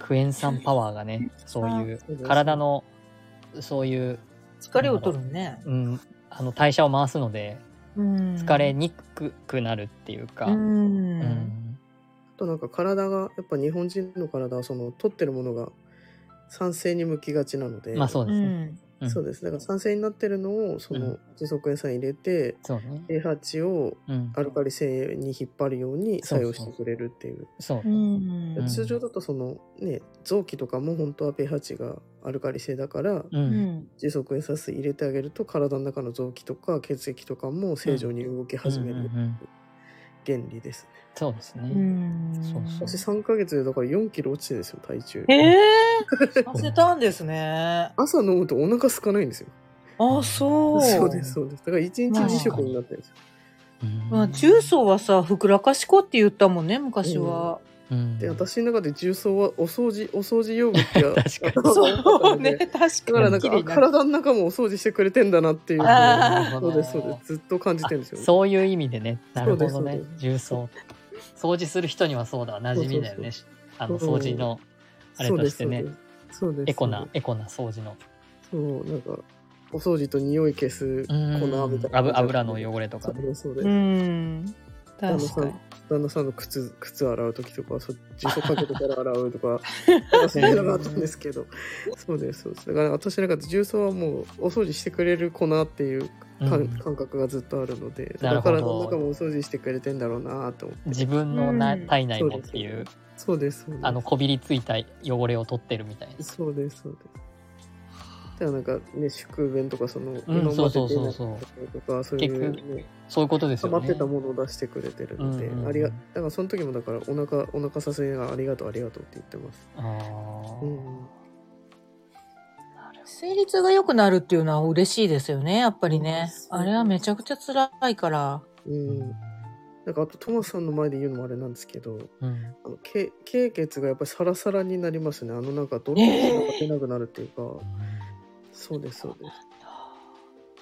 Speaker 1: クエン酸パワーがねそういう
Speaker 2: す
Speaker 1: 体のそういう
Speaker 3: 疲れを取るね。
Speaker 1: うん、あの代謝を回すので
Speaker 3: 疲
Speaker 1: 疲れにくくなるっていうか、
Speaker 3: う。
Speaker 1: うんん
Speaker 2: となんか体がやっぱ日本人の体はその取ってるものが酸性に向きがちなので、
Speaker 1: まあそう
Speaker 3: う
Speaker 1: ですね。
Speaker 3: ん
Speaker 1: うん
Speaker 2: そうですだから酸性になってるのをそうの
Speaker 1: ん
Speaker 2: 持続塩酸入れて、
Speaker 1: そうね。
Speaker 2: pH を
Speaker 1: うん
Speaker 2: ア。ルカリ性に引っ張るように作用してくれるっていう
Speaker 1: そう
Speaker 3: う。ん
Speaker 1: ん
Speaker 2: 通常だとそのね臓器とかも本当は pH がアルカリ性だから
Speaker 1: う。
Speaker 3: うんん
Speaker 2: 持続塩酸水入れてあげると体の中の臓器とか血液とかも正常に動き始め
Speaker 1: うんう
Speaker 2: る
Speaker 1: んうん
Speaker 2: 原理ですね、
Speaker 1: そうです
Speaker 3: う
Speaker 1: ね。
Speaker 3: ん
Speaker 1: そうそう
Speaker 2: 私3ヶ月でだから4キロ落ちてるんですよ体重
Speaker 3: ええー、痩せたんですね。
Speaker 2: 朝飲むとお腹空かないんですよ
Speaker 3: あ、そう。
Speaker 2: そうですそうですだから1日2食になってるんですよ
Speaker 3: まあ、重曹はさ、ふくらかしこって言ったもんね、昔は。
Speaker 1: うん
Speaker 2: で私の中で重曹はお掃除お掃除用具って や
Speaker 1: 確か
Speaker 2: 頭が多かったので
Speaker 3: 確か
Speaker 2: だからなんか
Speaker 3: 綺麗
Speaker 2: あ
Speaker 3: になる
Speaker 2: 体の中もお掃除してくれてんだなっていう
Speaker 3: あー
Speaker 2: そうですそうですずっと感じてるんですよね
Speaker 1: そういう意味でね。なるほど
Speaker 2: そうで
Speaker 1: ね
Speaker 2: すそう。
Speaker 1: 重曹。掃除する人にはそうだ。馴染みだよね。あの、
Speaker 2: そう
Speaker 1: 掃除の、あれとしてね。
Speaker 2: そうですそうです
Speaker 1: エコな、エコな掃除の。
Speaker 2: そうなんかお掃除と匂い消す粉
Speaker 1: うん
Speaker 2: みたいな
Speaker 1: 油油の汚れとか
Speaker 2: そう
Speaker 1: ね。
Speaker 2: ですそうです
Speaker 3: うん。
Speaker 2: 旦那
Speaker 3: 確
Speaker 2: さ
Speaker 3: かに
Speaker 2: ん。旦那さんの靴靴洗う時とかそ重曹かけてから洗うと かなんかそういうのがあったんですけどそうですそうですだから私の中で重曹はもうお掃除してくれる粉っていう感,、
Speaker 1: うん
Speaker 2: 感覚がずっとあるので
Speaker 1: なる
Speaker 2: だ
Speaker 1: ほ
Speaker 2: か
Speaker 1: ど
Speaker 2: ら体の中もお掃除してくれてんだろうなと思って
Speaker 1: 自分のな
Speaker 3: うん
Speaker 1: 体内もっていう、
Speaker 2: そうですそうです
Speaker 1: あの、こびりついた汚れを取ってるみたいな。
Speaker 2: そうですそうですだからなんかね宿便とかその
Speaker 1: うん
Speaker 2: 今まで出
Speaker 1: そ
Speaker 2: な
Speaker 1: うそう
Speaker 2: い
Speaker 1: そう
Speaker 2: とかそういう、
Speaker 1: 結
Speaker 2: ね、
Speaker 1: そういうことです
Speaker 2: 溜
Speaker 1: よ
Speaker 2: まって
Speaker 1: ね
Speaker 2: た。ものを出してくれてるので、
Speaker 1: うんうんうん
Speaker 2: ありがだからその時もだからお腹お腹させながらありがとうありがとうって言ってます、
Speaker 1: あー
Speaker 2: うん、
Speaker 1: なるほど
Speaker 3: 生理痛が良くなるっていうのは嬉しいですよね、やっぱりね。あれはめちゃくちゃ辛いから。
Speaker 2: うん、なんかあとトマスさんの前で言うのもあれなんですけど
Speaker 1: うん
Speaker 2: あのけ経血がやっぱりサラサラになりますねあのなんかどんどん出なくなるっていうか、そうですそうで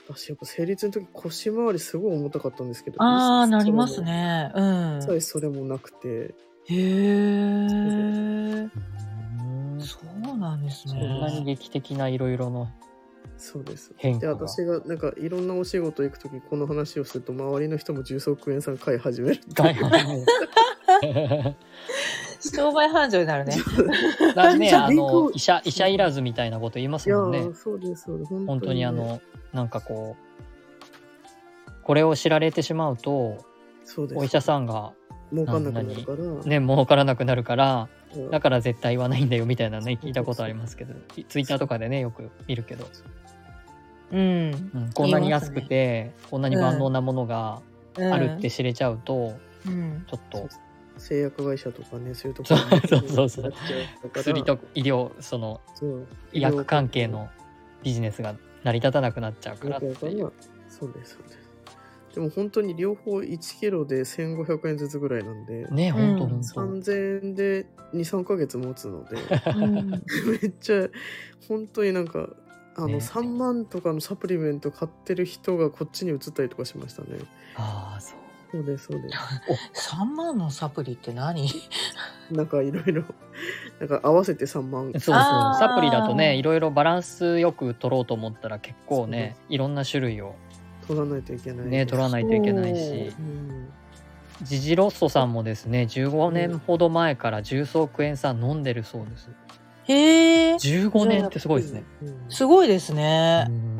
Speaker 2: す私やっぱ生理痛の時腰回りすごい重たかったんですけど
Speaker 3: ああ、なりますね。うん。
Speaker 2: さえそれもなくて
Speaker 3: へえ。
Speaker 1: うん
Speaker 3: そうなんです
Speaker 1: そんなに
Speaker 3: ね。
Speaker 1: 劇的ないろいろの。
Speaker 2: そうです
Speaker 1: 変化
Speaker 2: で
Speaker 1: が
Speaker 2: 私がなんかいろんなお仕事行く時この話をすると周りの人も重曹クエン酸買い始めるっていう
Speaker 3: 商売繁盛になるね。
Speaker 1: だね、
Speaker 2: じゃあ
Speaker 1: あの
Speaker 2: 勉強
Speaker 1: 医者医者いらずみたいなこと言います
Speaker 2: いや
Speaker 1: もんね
Speaker 2: ー。そうですそうです
Speaker 1: 本当にあ
Speaker 2: ね
Speaker 1: のなんかこうこれを知られてしまうと
Speaker 2: そうです
Speaker 1: お医者さんが
Speaker 2: 儲かんなくなるから
Speaker 1: ね儲からなくなるから
Speaker 2: うん
Speaker 1: だから絶対言わないんだよみたいなね聞いたことありますけどツイッターとかでねよく見るけど、
Speaker 3: う
Speaker 1: う
Speaker 3: ん。
Speaker 1: んこんなに安くて、こんなに万能なものが
Speaker 3: うん
Speaker 1: あるって。知れちゃうと、
Speaker 3: うん。
Speaker 1: ちょっと
Speaker 2: 製薬会社とかねそういうところに
Speaker 1: そうそうそう
Speaker 2: やっちゃうから
Speaker 1: 薬と医療その
Speaker 2: そう
Speaker 1: 医薬関係のビジネスが成り立たなくなっちゃうからっ
Speaker 2: だか
Speaker 1: て
Speaker 2: らそう
Speaker 1: いう。
Speaker 2: ですそうですでも本当に両方1キロで1500円ずつぐらいなんで、
Speaker 1: ね本当
Speaker 3: うん
Speaker 1: 本当。
Speaker 2: 3000円で23ヶ月持つの で
Speaker 3: うん
Speaker 2: めっちゃ本当になんかあの
Speaker 1: ね
Speaker 2: 3万とかのサプリメント買ってる人がこっちに移ったりとかしましたね
Speaker 1: ああそう。
Speaker 2: そうですそうです
Speaker 3: 3万のサプリって何
Speaker 2: なんかいろいろ なんか合わせて3万
Speaker 1: そうそう
Speaker 3: あー
Speaker 1: サプリだとねいろいろバランスよく取ろうと思ったら結構ねいろんな種類を
Speaker 2: 取らないといけない、
Speaker 1: ね取らないいといけない
Speaker 3: そう
Speaker 1: し
Speaker 2: うん、
Speaker 1: ジジロッソさんもですね15年ほど前から重曹クエン酸飲んでるそうです
Speaker 3: へえ。
Speaker 1: 15年ってすごいですね、
Speaker 2: うん
Speaker 3: すごいですね
Speaker 1: う。ん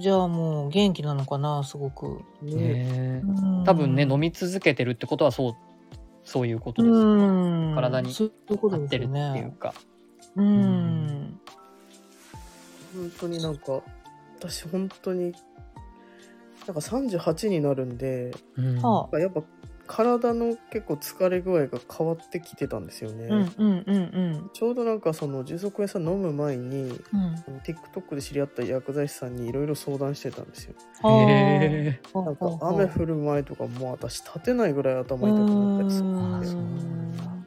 Speaker 3: じゃあもう元気なのかな、すごく。
Speaker 2: ね
Speaker 1: ね
Speaker 3: うん
Speaker 1: 多分ね飲み続けてるってことはそうそういうことですよ
Speaker 3: うん
Speaker 1: 体に
Speaker 3: そういうこと
Speaker 1: 合っ
Speaker 3: で
Speaker 1: て
Speaker 3: す
Speaker 1: る
Speaker 3: よ
Speaker 1: っていう
Speaker 3: ね。
Speaker 1: か
Speaker 3: うん。
Speaker 2: 本当になんか私本当になんか38になるんで
Speaker 1: うん
Speaker 3: はあ。
Speaker 2: やっぱ体の結構疲れ具合が変わってきてたんですよね、
Speaker 3: うんうんうんうん
Speaker 2: ちょうどなんかその重曹屋さん飲む前に
Speaker 3: うん。
Speaker 2: TikTok で知り合った薬剤師さんにいろいろ相談してたんですよ
Speaker 3: へ
Speaker 1: へえ
Speaker 3: な
Speaker 2: なんか雨降る前とかもう私立てないぐらい頭痛くなったりする
Speaker 1: あ
Speaker 2: ん
Speaker 1: ー
Speaker 2: で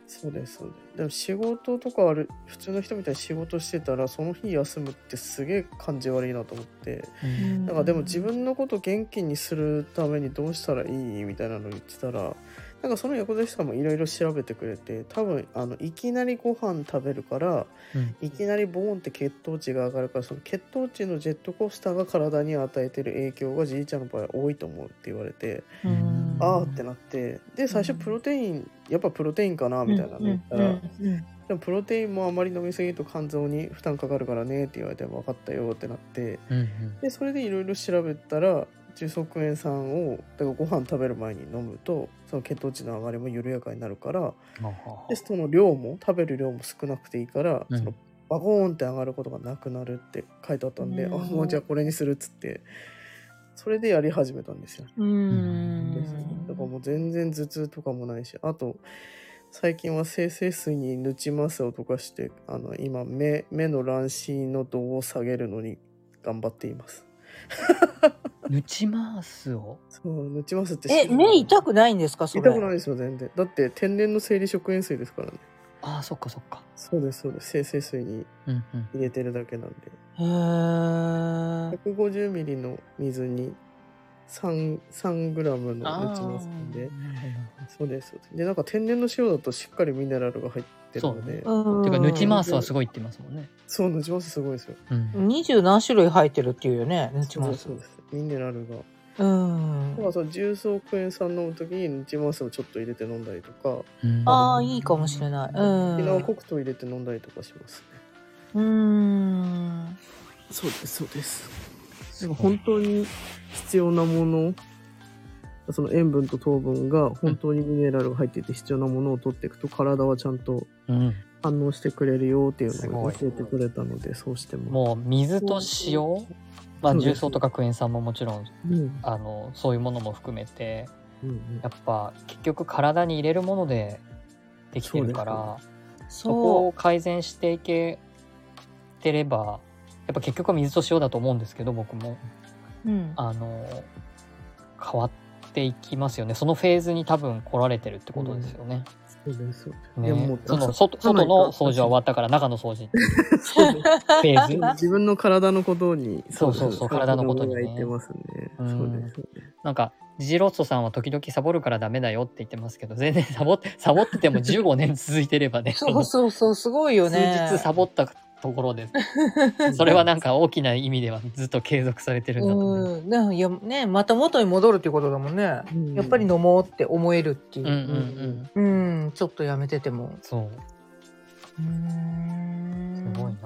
Speaker 1: そう
Speaker 2: そうですそうですでも仕事とかある普通の人みたいに仕事してたらその日休むってすげえ感じ悪いなと思って
Speaker 1: うん
Speaker 2: だからでも自分のこと元気にするためにどうしたらいいみたいなの言ってたらなんかその薬剤師さんもいろいろ調べてくれて多分あのいきなりご飯食べるから
Speaker 1: うん
Speaker 2: いきなりボーンって血糖値が上がるからその血糖値のジェットコースターが体に与えてる影響がじいちゃんの場合は多いと思うって言われて
Speaker 3: うん
Speaker 2: あーってなってで最初プロテインやっぱプロテインかなみたいなね
Speaker 3: う
Speaker 2: 言
Speaker 3: ん
Speaker 2: った
Speaker 3: う
Speaker 2: ら
Speaker 3: んうん
Speaker 2: でもプロテインもあまり飲みすぎると肝臓に負担かかるからねって言われて分かったよってなって
Speaker 1: うんうん
Speaker 2: でそれでいろいろ調べたら樹側塩酸をだからご飯食べる前に飲むとその血糖値の上がりも緩やかになるから
Speaker 1: ほうほうほう
Speaker 2: でその量も食べる量も少なくていいから、
Speaker 1: うん
Speaker 2: そのバコーンって上がることがなくなるって書いてあったんで、
Speaker 3: うん
Speaker 2: あもうじゃあこれにするっつってそれでやり始めたんですよ。
Speaker 3: うん
Speaker 1: う
Speaker 2: だからもう全然頭痛とかもないしあと最近は生成水にぬちマスを溶かしてあの今目目の乱視の度を下げるのに頑張っています
Speaker 1: ぬちマースを
Speaker 2: そうぬちマスって
Speaker 3: え目痛くないんですかそ
Speaker 2: 痛
Speaker 3: れ
Speaker 2: くないですよ全然だって天然の生理食塩水ですからね
Speaker 1: ああそっかそっか
Speaker 2: そうですそうです生成水に
Speaker 1: うんうん
Speaker 2: 入れてるだけなんで
Speaker 3: へー
Speaker 2: 150ミリの水に3 3グラムのぬちマスなん
Speaker 1: ーな
Speaker 2: で
Speaker 1: るほど
Speaker 2: そうですそうですでなんか天然の塩だとしっかりミネラルが入ってるので
Speaker 3: うん
Speaker 1: てか、ぬちマースはすごいって言いますもんね。
Speaker 2: そうヌチマスすごいですよ
Speaker 1: うん。
Speaker 3: 二十何種類入ってるっていうよね、ヌチマス
Speaker 2: そう。ですミネラルが
Speaker 3: うん
Speaker 2: だか。らそう重曹クエン酸飲む時にヌチマスをちょっと入れて飲んだりとか
Speaker 3: ああ、いいかもしれない。うん。
Speaker 2: 沖縄黒糖入れて飲んだりとかします
Speaker 3: うん。
Speaker 2: そうですそうです
Speaker 1: でも
Speaker 2: 本当に必要なものその塩分と糖分が本当にミネラルが入っていて必要なものを取っていくと体はちゃんと
Speaker 1: うん。
Speaker 2: 反応してくれるよっていうのを
Speaker 1: す
Speaker 2: 教
Speaker 1: ごい
Speaker 2: えてくれたのでそうして
Speaker 1: も
Speaker 2: も
Speaker 1: う、水と塩、まあ、
Speaker 2: そうです
Speaker 1: 重曹とかクエン酸ももちろん、
Speaker 2: う、うん
Speaker 1: あの、そういうものも含めて、
Speaker 2: うんうん
Speaker 1: やっぱ、結局体に入れるものでできてるから、そこ
Speaker 3: そ
Speaker 1: を改善していけてれば、やっぱ結局は水と塩だと思うんですけど、僕も。
Speaker 3: う。うん。
Speaker 1: あの、変わっていきますよね。そのフェーズに多分来られてるってことですよね。
Speaker 2: そうですそうですい
Speaker 1: ね
Speaker 2: やもう
Speaker 1: その
Speaker 2: 朝
Speaker 1: 外外の掃除は終わ
Speaker 2: 朝
Speaker 1: ったから中の掃 除
Speaker 2: そうです
Speaker 1: フェーズ
Speaker 2: 自分の体のことに
Speaker 1: そうそうそう体のことにね
Speaker 2: 言ってますね。
Speaker 1: う
Speaker 2: そ
Speaker 1: ん
Speaker 2: うですよね。
Speaker 1: なんかジジロッソさんは時々サボるからダメだよって言ってますけど全然サボってサボってても15年続いてればね
Speaker 3: そうそうそう、すごいよね。
Speaker 1: 数日サボったところで それはなんか大きな意味ではずっと継続されてるんだと思う。
Speaker 3: うん。ね、いや、ね、また元に戻るっていうことだもんね。
Speaker 2: うん
Speaker 3: やっぱり飲もうって思えるってい
Speaker 1: うんうんう
Speaker 3: う。
Speaker 1: ん、
Speaker 3: うん、ちょっとやめてても。
Speaker 1: そう
Speaker 3: う
Speaker 1: す
Speaker 3: ん。
Speaker 1: ごいな、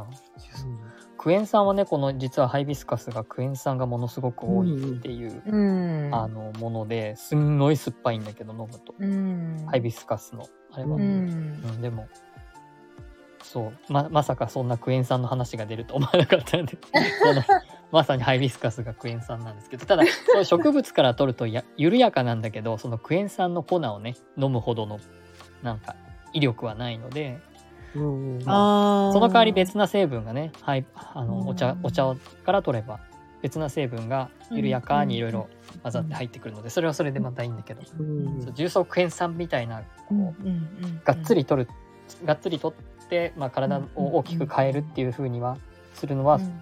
Speaker 1: クエン酸はねこの実はハイビスカスがクエン酸がものすごく多いっていう、
Speaker 3: うん。
Speaker 1: あのものですんごい酸っぱいんだけど飲むと、
Speaker 3: うん。
Speaker 1: ハイビスカスのあれは、
Speaker 2: う
Speaker 3: うん
Speaker 1: う。ん、でも、そう、ま、まさかそんなクエン酸の話が出ると思わなかった んで、そのまさにハイビスカスがクエン酸なんですけど、ただ、その植物から取るとや 緩やかなんだけど、そのクエン酸の粉をね、飲むほどの、なんか、威力はないので、
Speaker 2: うんうん
Speaker 3: ああ。
Speaker 1: その代わり別な成分がね、はい、あの、お
Speaker 3: う
Speaker 1: 茶
Speaker 3: ん、
Speaker 1: お茶から取れば、別な成分が緩やかにいろいろ混ざって入ってくるので、それはそれでまたいいんだけど、
Speaker 2: うん
Speaker 1: そう重曹クエン酸みたいな、
Speaker 3: う
Speaker 1: こ
Speaker 3: ん。
Speaker 1: う
Speaker 3: う、ん。
Speaker 1: がっつり取る、がっつり取って、まあ、体を大きく変えるっていう風にはするのは、
Speaker 3: うん。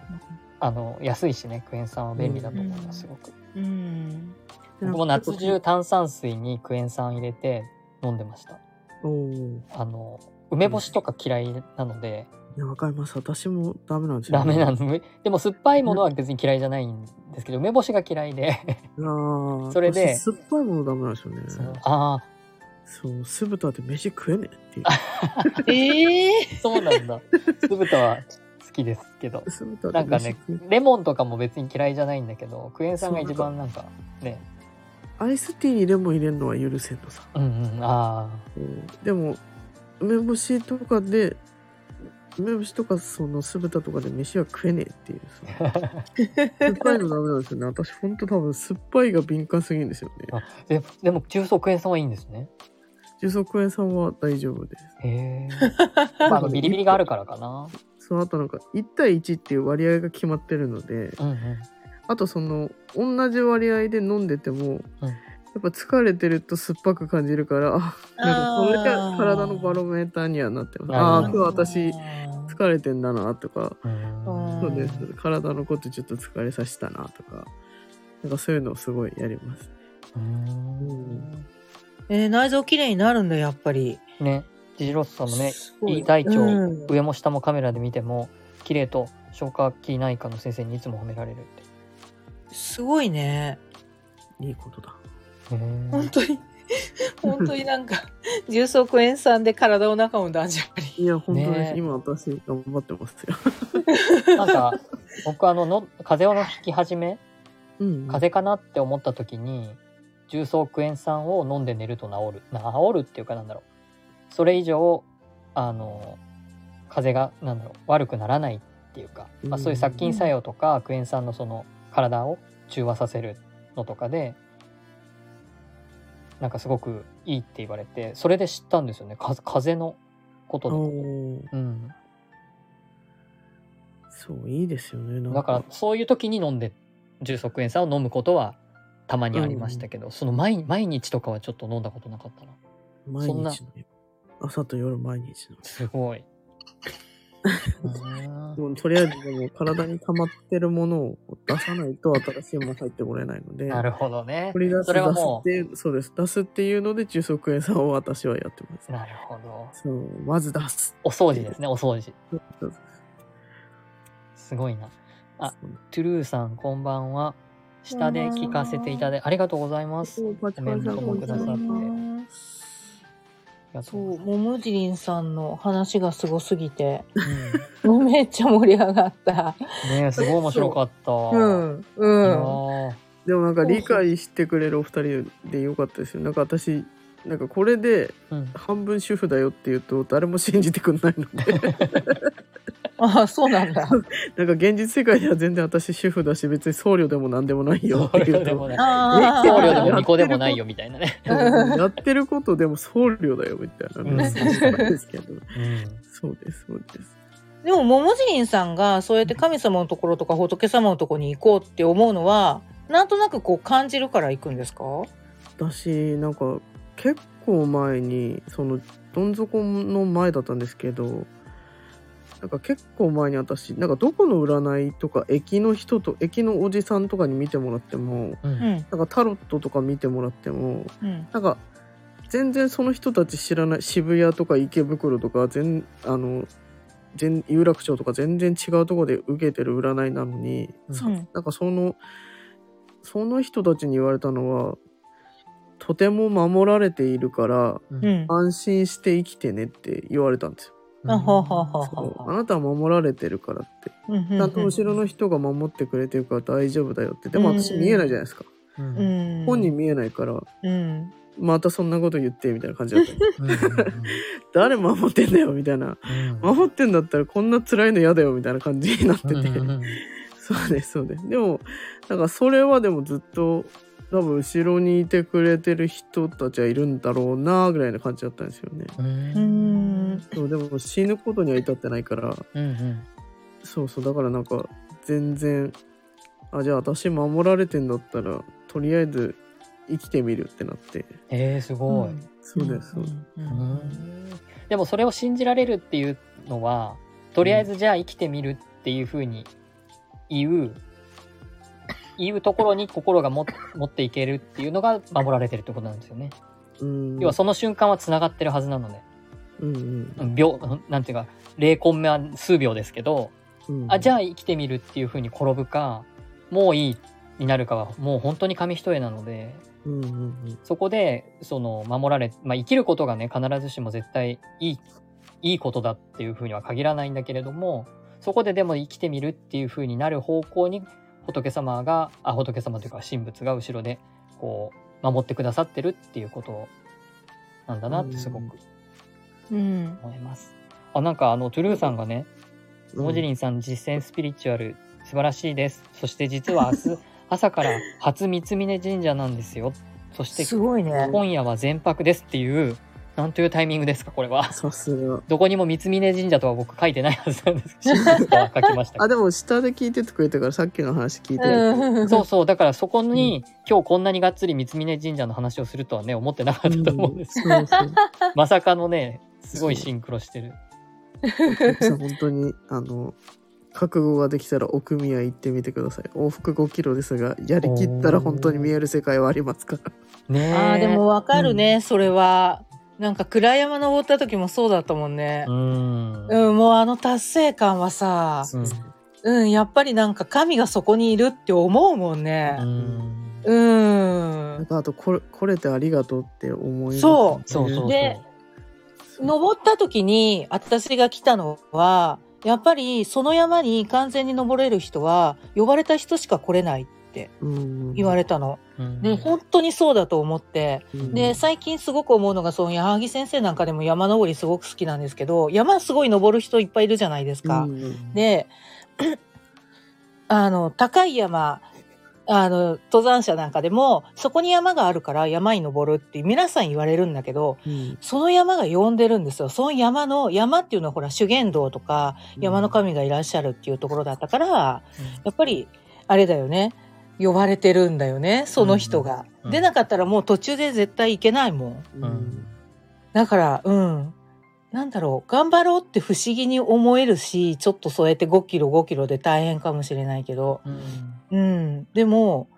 Speaker 1: あの安いしねクエン酸は便利だと思います、
Speaker 3: うん
Speaker 1: すごく
Speaker 3: うん。
Speaker 1: 僕も夏中炭酸水にクエン酸入れて飲んでました
Speaker 2: うん
Speaker 1: あの梅干しとか嫌いなので、
Speaker 2: いやわかります。私もダメなんですよ。
Speaker 1: ダメなん
Speaker 2: で
Speaker 1: ででも酸っぱいものは別に嫌いじゃないんですけど梅干しが嫌いで
Speaker 2: す。
Speaker 1: それで
Speaker 2: 私酸っぱいものダメなんですよね。
Speaker 1: そうあ
Speaker 2: そう酢豚って飯食えねえってい
Speaker 3: ええ
Speaker 1: あそうなんだ酢豚は好きですけど
Speaker 2: う。酢豚
Speaker 1: な
Speaker 2: っ
Speaker 1: ん
Speaker 2: て
Speaker 1: か
Speaker 2: 飯
Speaker 1: ね
Speaker 2: 食えねえ。
Speaker 1: レモンとかも別に嫌いじゃないんだけどクエン酸が一番なんかね
Speaker 2: アイスティーにレモン入れるのは許せんのさ。
Speaker 1: うんうんああ
Speaker 2: うんでも梅干しとかで梅干しとかその酢豚とかで飯は食えねえっていうさ。 酸っぱいのダメなんですよね。私ほんと多分酸っぱいが敏感すぎるんですよね。
Speaker 1: ででも重曹クエン酸はいいんですね。
Speaker 2: 重曹クエン酸は大丈夫です。
Speaker 1: へえ。まああのビリビリがあるからかな。
Speaker 2: その後なんか1対1っていう割合が決まってるので、
Speaker 1: うんうん。
Speaker 2: あとその同じ割合で飲んでても、
Speaker 1: うん
Speaker 2: やっぱ疲れてると酸っぱく感じるから、あなんかそれが体のバロメーターにはなってま
Speaker 1: あ
Speaker 2: す。
Speaker 1: ー
Speaker 2: ああー、
Speaker 1: な
Speaker 2: 今
Speaker 1: る
Speaker 2: 日
Speaker 1: ほど
Speaker 2: 私疲れてんだなとか、
Speaker 1: うん
Speaker 2: そうです。体のことちょっと疲れさせたなとか、なんかそういうのをすごいやります。
Speaker 1: うん
Speaker 3: えー内臓きれいになるんだやっぱり。
Speaker 1: ね、ジジロスさんもね、
Speaker 3: すご
Speaker 1: 胃大腸、
Speaker 3: うん
Speaker 1: 上も下もカメラで見ても綺麗と消化器内科の先生にいつも褒められるって。
Speaker 3: すごいね。
Speaker 2: いいことだ。
Speaker 3: 本当 に本当になんか重曹クエン酸で体の中もダンジャリ
Speaker 2: いや本当です、
Speaker 1: ねえ
Speaker 2: 今私頑張ってますよ、
Speaker 1: なんか、僕あのの、風邪をの引き始め、
Speaker 2: うん、
Speaker 1: 風邪かなって思った時に、重曹クエン酸を飲んで寝ると治る。治るっていうかなんだろう。それ以上、あの、風邪が、なんだろう、悪くならないっていうか、まあ、そういう殺菌作用とか、クエン酸のその、体を中和させるのとかで、なんかすごくいいって言われて、それで知ったんですよね。か風邪のことで。
Speaker 2: おー
Speaker 1: うん。
Speaker 2: そういいですよねなん
Speaker 1: だからそういう時に飲んで重足塩酸を飲むことはたまにありましたけど、その毎毎日とかはちょっと飲んだことなかったな
Speaker 2: 毎
Speaker 1: そんな
Speaker 2: 日の朝と夜毎日の
Speaker 1: すごいうーん
Speaker 2: もうとりあえずでも体に溜まってるものを出さないと新しいもの入ってこれないので
Speaker 1: なるほどね
Speaker 2: 取り出す
Speaker 1: それはもう
Speaker 2: 出すってそうです出すっていうので重曹クエン酸を私はやってます
Speaker 1: なるほど
Speaker 2: そうまず出す
Speaker 1: お掃除ですねお掃除
Speaker 2: そうそう
Speaker 1: すごいなあ
Speaker 2: そう
Speaker 1: トゥルーさんこんばんは下で聞かせていただいありがとうございます
Speaker 2: そうパチパチさん
Speaker 1: コメントもくださって
Speaker 2: こんばんは
Speaker 1: ありがと
Speaker 3: そう
Speaker 1: ご
Speaker 3: う
Speaker 1: ざい
Speaker 3: モムジリンさんの話がすごすぎて
Speaker 1: ます
Speaker 3: もうめっちゃ盛り上がった
Speaker 1: うんねえすごい面白かった
Speaker 3: うん
Speaker 1: いや
Speaker 3: うん
Speaker 1: ー
Speaker 2: でもなんか
Speaker 3: そうそう
Speaker 2: 理解してくれるお二人でよかったですよなんか私なんかこれで
Speaker 1: うん
Speaker 2: 半分主婦だよって言うと誰も信じてくんないの で
Speaker 3: あそうなんだ
Speaker 2: なんか現実世界では全然私主婦だし別に僧侶でも何でもないよって言
Speaker 1: 僧侶
Speaker 2: う
Speaker 1: でも
Speaker 2: と
Speaker 1: ない
Speaker 3: あ
Speaker 1: 僧侶
Speaker 2: だ
Speaker 1: で
Speaker 2: よ
Speaker 1: も
Speaker 3: あ
Speaker 1: 巫女でもないよみたいなね、
Speaker 2: うんやってることでも僧侶だよみたいなね
Speaker 1: うん
Speaker 2: そうなんですけど
Speaker 1: うん
Speaker 2: そうですそうです
Speaker 3: でもモムジリンさんがそうやって神様のところとか仏様のところに行こうって思うのはなんとなくこう感じるから行くんですか
Speaker 2: 私なんか結構前にそのどん底の前だったんですけどなんか結構前に私なんかどこの占いとか駅の人と駅のおじさんとかに見てもらっても
Speaker 1: う
Speaker 3: うん
Speaker 2: な
Speaker 3: ん
Speaker 2: んかタロットとか見てもらっても
Speaker 3: うん
Speaker 2: なんか全然その人たち知らない渋谷とか池袋とか全あの全有楽町とか全然違うところで受けてる占いなのに、
Speaker 1: うん
Speaker 2: さ
Speaker 3: うん
Speaker 2: なんかそのその人たちに言われたのはとても守られているから
Speaker 3: うん
Speaker 2: 安心して生きてねって言われたんですよ。
Speaker 3: あほうほうほう
Speaker 2: そ
Speaker 3: ほう
Speaker 2: うあなたは守られてるからって
Speaker 3: うんうん
Speaker 2: ちゃんと後ろの人が守ってくれてるから大丈夫だよってでも私見えないじゃないですか、
Speaker 1: う
Speaker 3: うんん
Speaker 2: 本人見えないから
Speaker 3: うん
Speaker 2: またそんなこと言ってみたいな感じだったんです
Speaker 1: うんうん
Speaker 2: 誰守ってんだよみたいな
Speaker 1: うん
Speaker 2: 守ってんだったらこんな辛いの嫌だよみたいな感じになってて、
Speaker 1: うんうんうん
Speaker 2: そうですそうですでもなんかそれはでもずっと多分後ろにいてくれてる人たちはいるんだろうなぐらいな感じだったんですよね
Speaker 1: うん
Speaker 3: うん
Speaker 2: そうでも死ぬことには至ってないから
Speaker 1: うん
Speaker 2: そうそうだからなんか全然あじゃあ私守られてんだったらとりあえず生きてみるってなって
Speaker 1: えー、すごい、
Speaker 2: そうですそうです
Speaker 1: う
Speaker 3: う
Speaker 1: んんでもそれを信じられるっていうのはとりあえずじゃあ生きてみるっていうふうに言う、言うところに心がも 持っていけるっていうのが守られてるってことなんですよね。
Speaker 2: うん
Speaker 1: 要はその瞬間はつながってるはずなので、
Speaker 2: うんうん
Speaker 1: うん秒うんなんていうか0コンマ数秒ですけど
Speaker 2: うん
Speaker 1: あじゃ
Speaker 2: あ
Speaker 1: あ生きてみるっていうふうに転ぶかもういいになるかはもう本当に紙一重なので
Speaker 2: うんうんうん
Speaker 1: そこでその守られ、まあ、生きることがね必ずしも絶対いいいいことだっていうふうには限らないんだけれどもそこででも生きてみるっていうふうになる方向に仏様があ仏様というか神仏が後ろでこう守ってくださってるっていうことなんだなってすごく
Speaker 3: うん
Speaker 1: 思います。あなんかあのトゥルーさんがねモジリンさん実践スピリチュアル素晴らしいです。そして実は明 日朝から初三峯神社なんですよ。そして
Speaker 3: すごいね
Speaker 1: 今夜は全泊ですっていう、なんというタイミングですか、これは。
Speaker 2: さすが
Speaker 1: どこにも三峯神社とは僕書いてないはずなんです けど、神仏は書きました
Speaker 2: あ
Speaker 1: け
Speaker 2: でも下で聞いててくれたからさっきの話聞いて、
Speaker 1: ど。そうそう、だからそこに、今日こんなにがっつり三峯神社の話をするとはね、思ってなかったと思うんです。
Speaker 2: そうそう
Speaker 1: まさかのね、すごいシンクロしてる。
Speaker 2: じゃあ本当にあの覚悟ができたら奥宮行ってみてください往復5キロですがやりきったら本当に見える世界はありますから
Speaker 1: ねえ。
Speaker 3: あーでも、わかるねそれはなんか暗山登った時もそうだったもんね
Speaker 1: うーん。
Speaker 3: うんもうあの達成感はさ
Speaker 1: うん
Speaker 2: そう
Speaker 3: うんやっぱりなんか神がそこにいるって思うもんね
Speaker 1: うん
Speaker 3: うー
Speaker 2: なん
Speaker 3: ん
Speaker 2: かあとこれ「来れてありがとう」って思います
Speaker 3: そう
Speaker 1: そうそうそう。
Speaker 3: で登った時に私が来たのはやっぱりその山に完全に登れる人は呼ばれた人しか来れないって
Speaker 2: うん
Speaker 3: 言われたの。
Speaker 1: うん
Speaker 3: で本当にそうだと思って
Speaker 2: うん
Speaker 3: で最近すごく思うのがその矢作先生なんかでも山登りすごく好きなんですけど山すごい登る人いっぱいいるじゃないですか。
Speaker 2: うん
Speaker 3: であの高い山あの登山者なんかでもそこに山があるから山に登るって皆さん言われるんだけど
Speaker 2: うん
Speaker 3: その山が呼んでるんですよその山の山っていうのはほら修験道とか山の神がいらっしゃるっていうところだったからやっぱりあれだよね呼ばれてるんだよねその人が。
Speaker 1: うん
Speaker 3: でなかったらもう途中で絶対行けないもん。
Speaker 2: う
Speaker 1: うんん
Speaker 3: だから、うん。なんだろう、頑張ろうって不思議に思えるし、ちょっとそうやって5キロ5キロで大変かもしれないけど、
Speaker 1: うん
Speaker 3: うん。でも、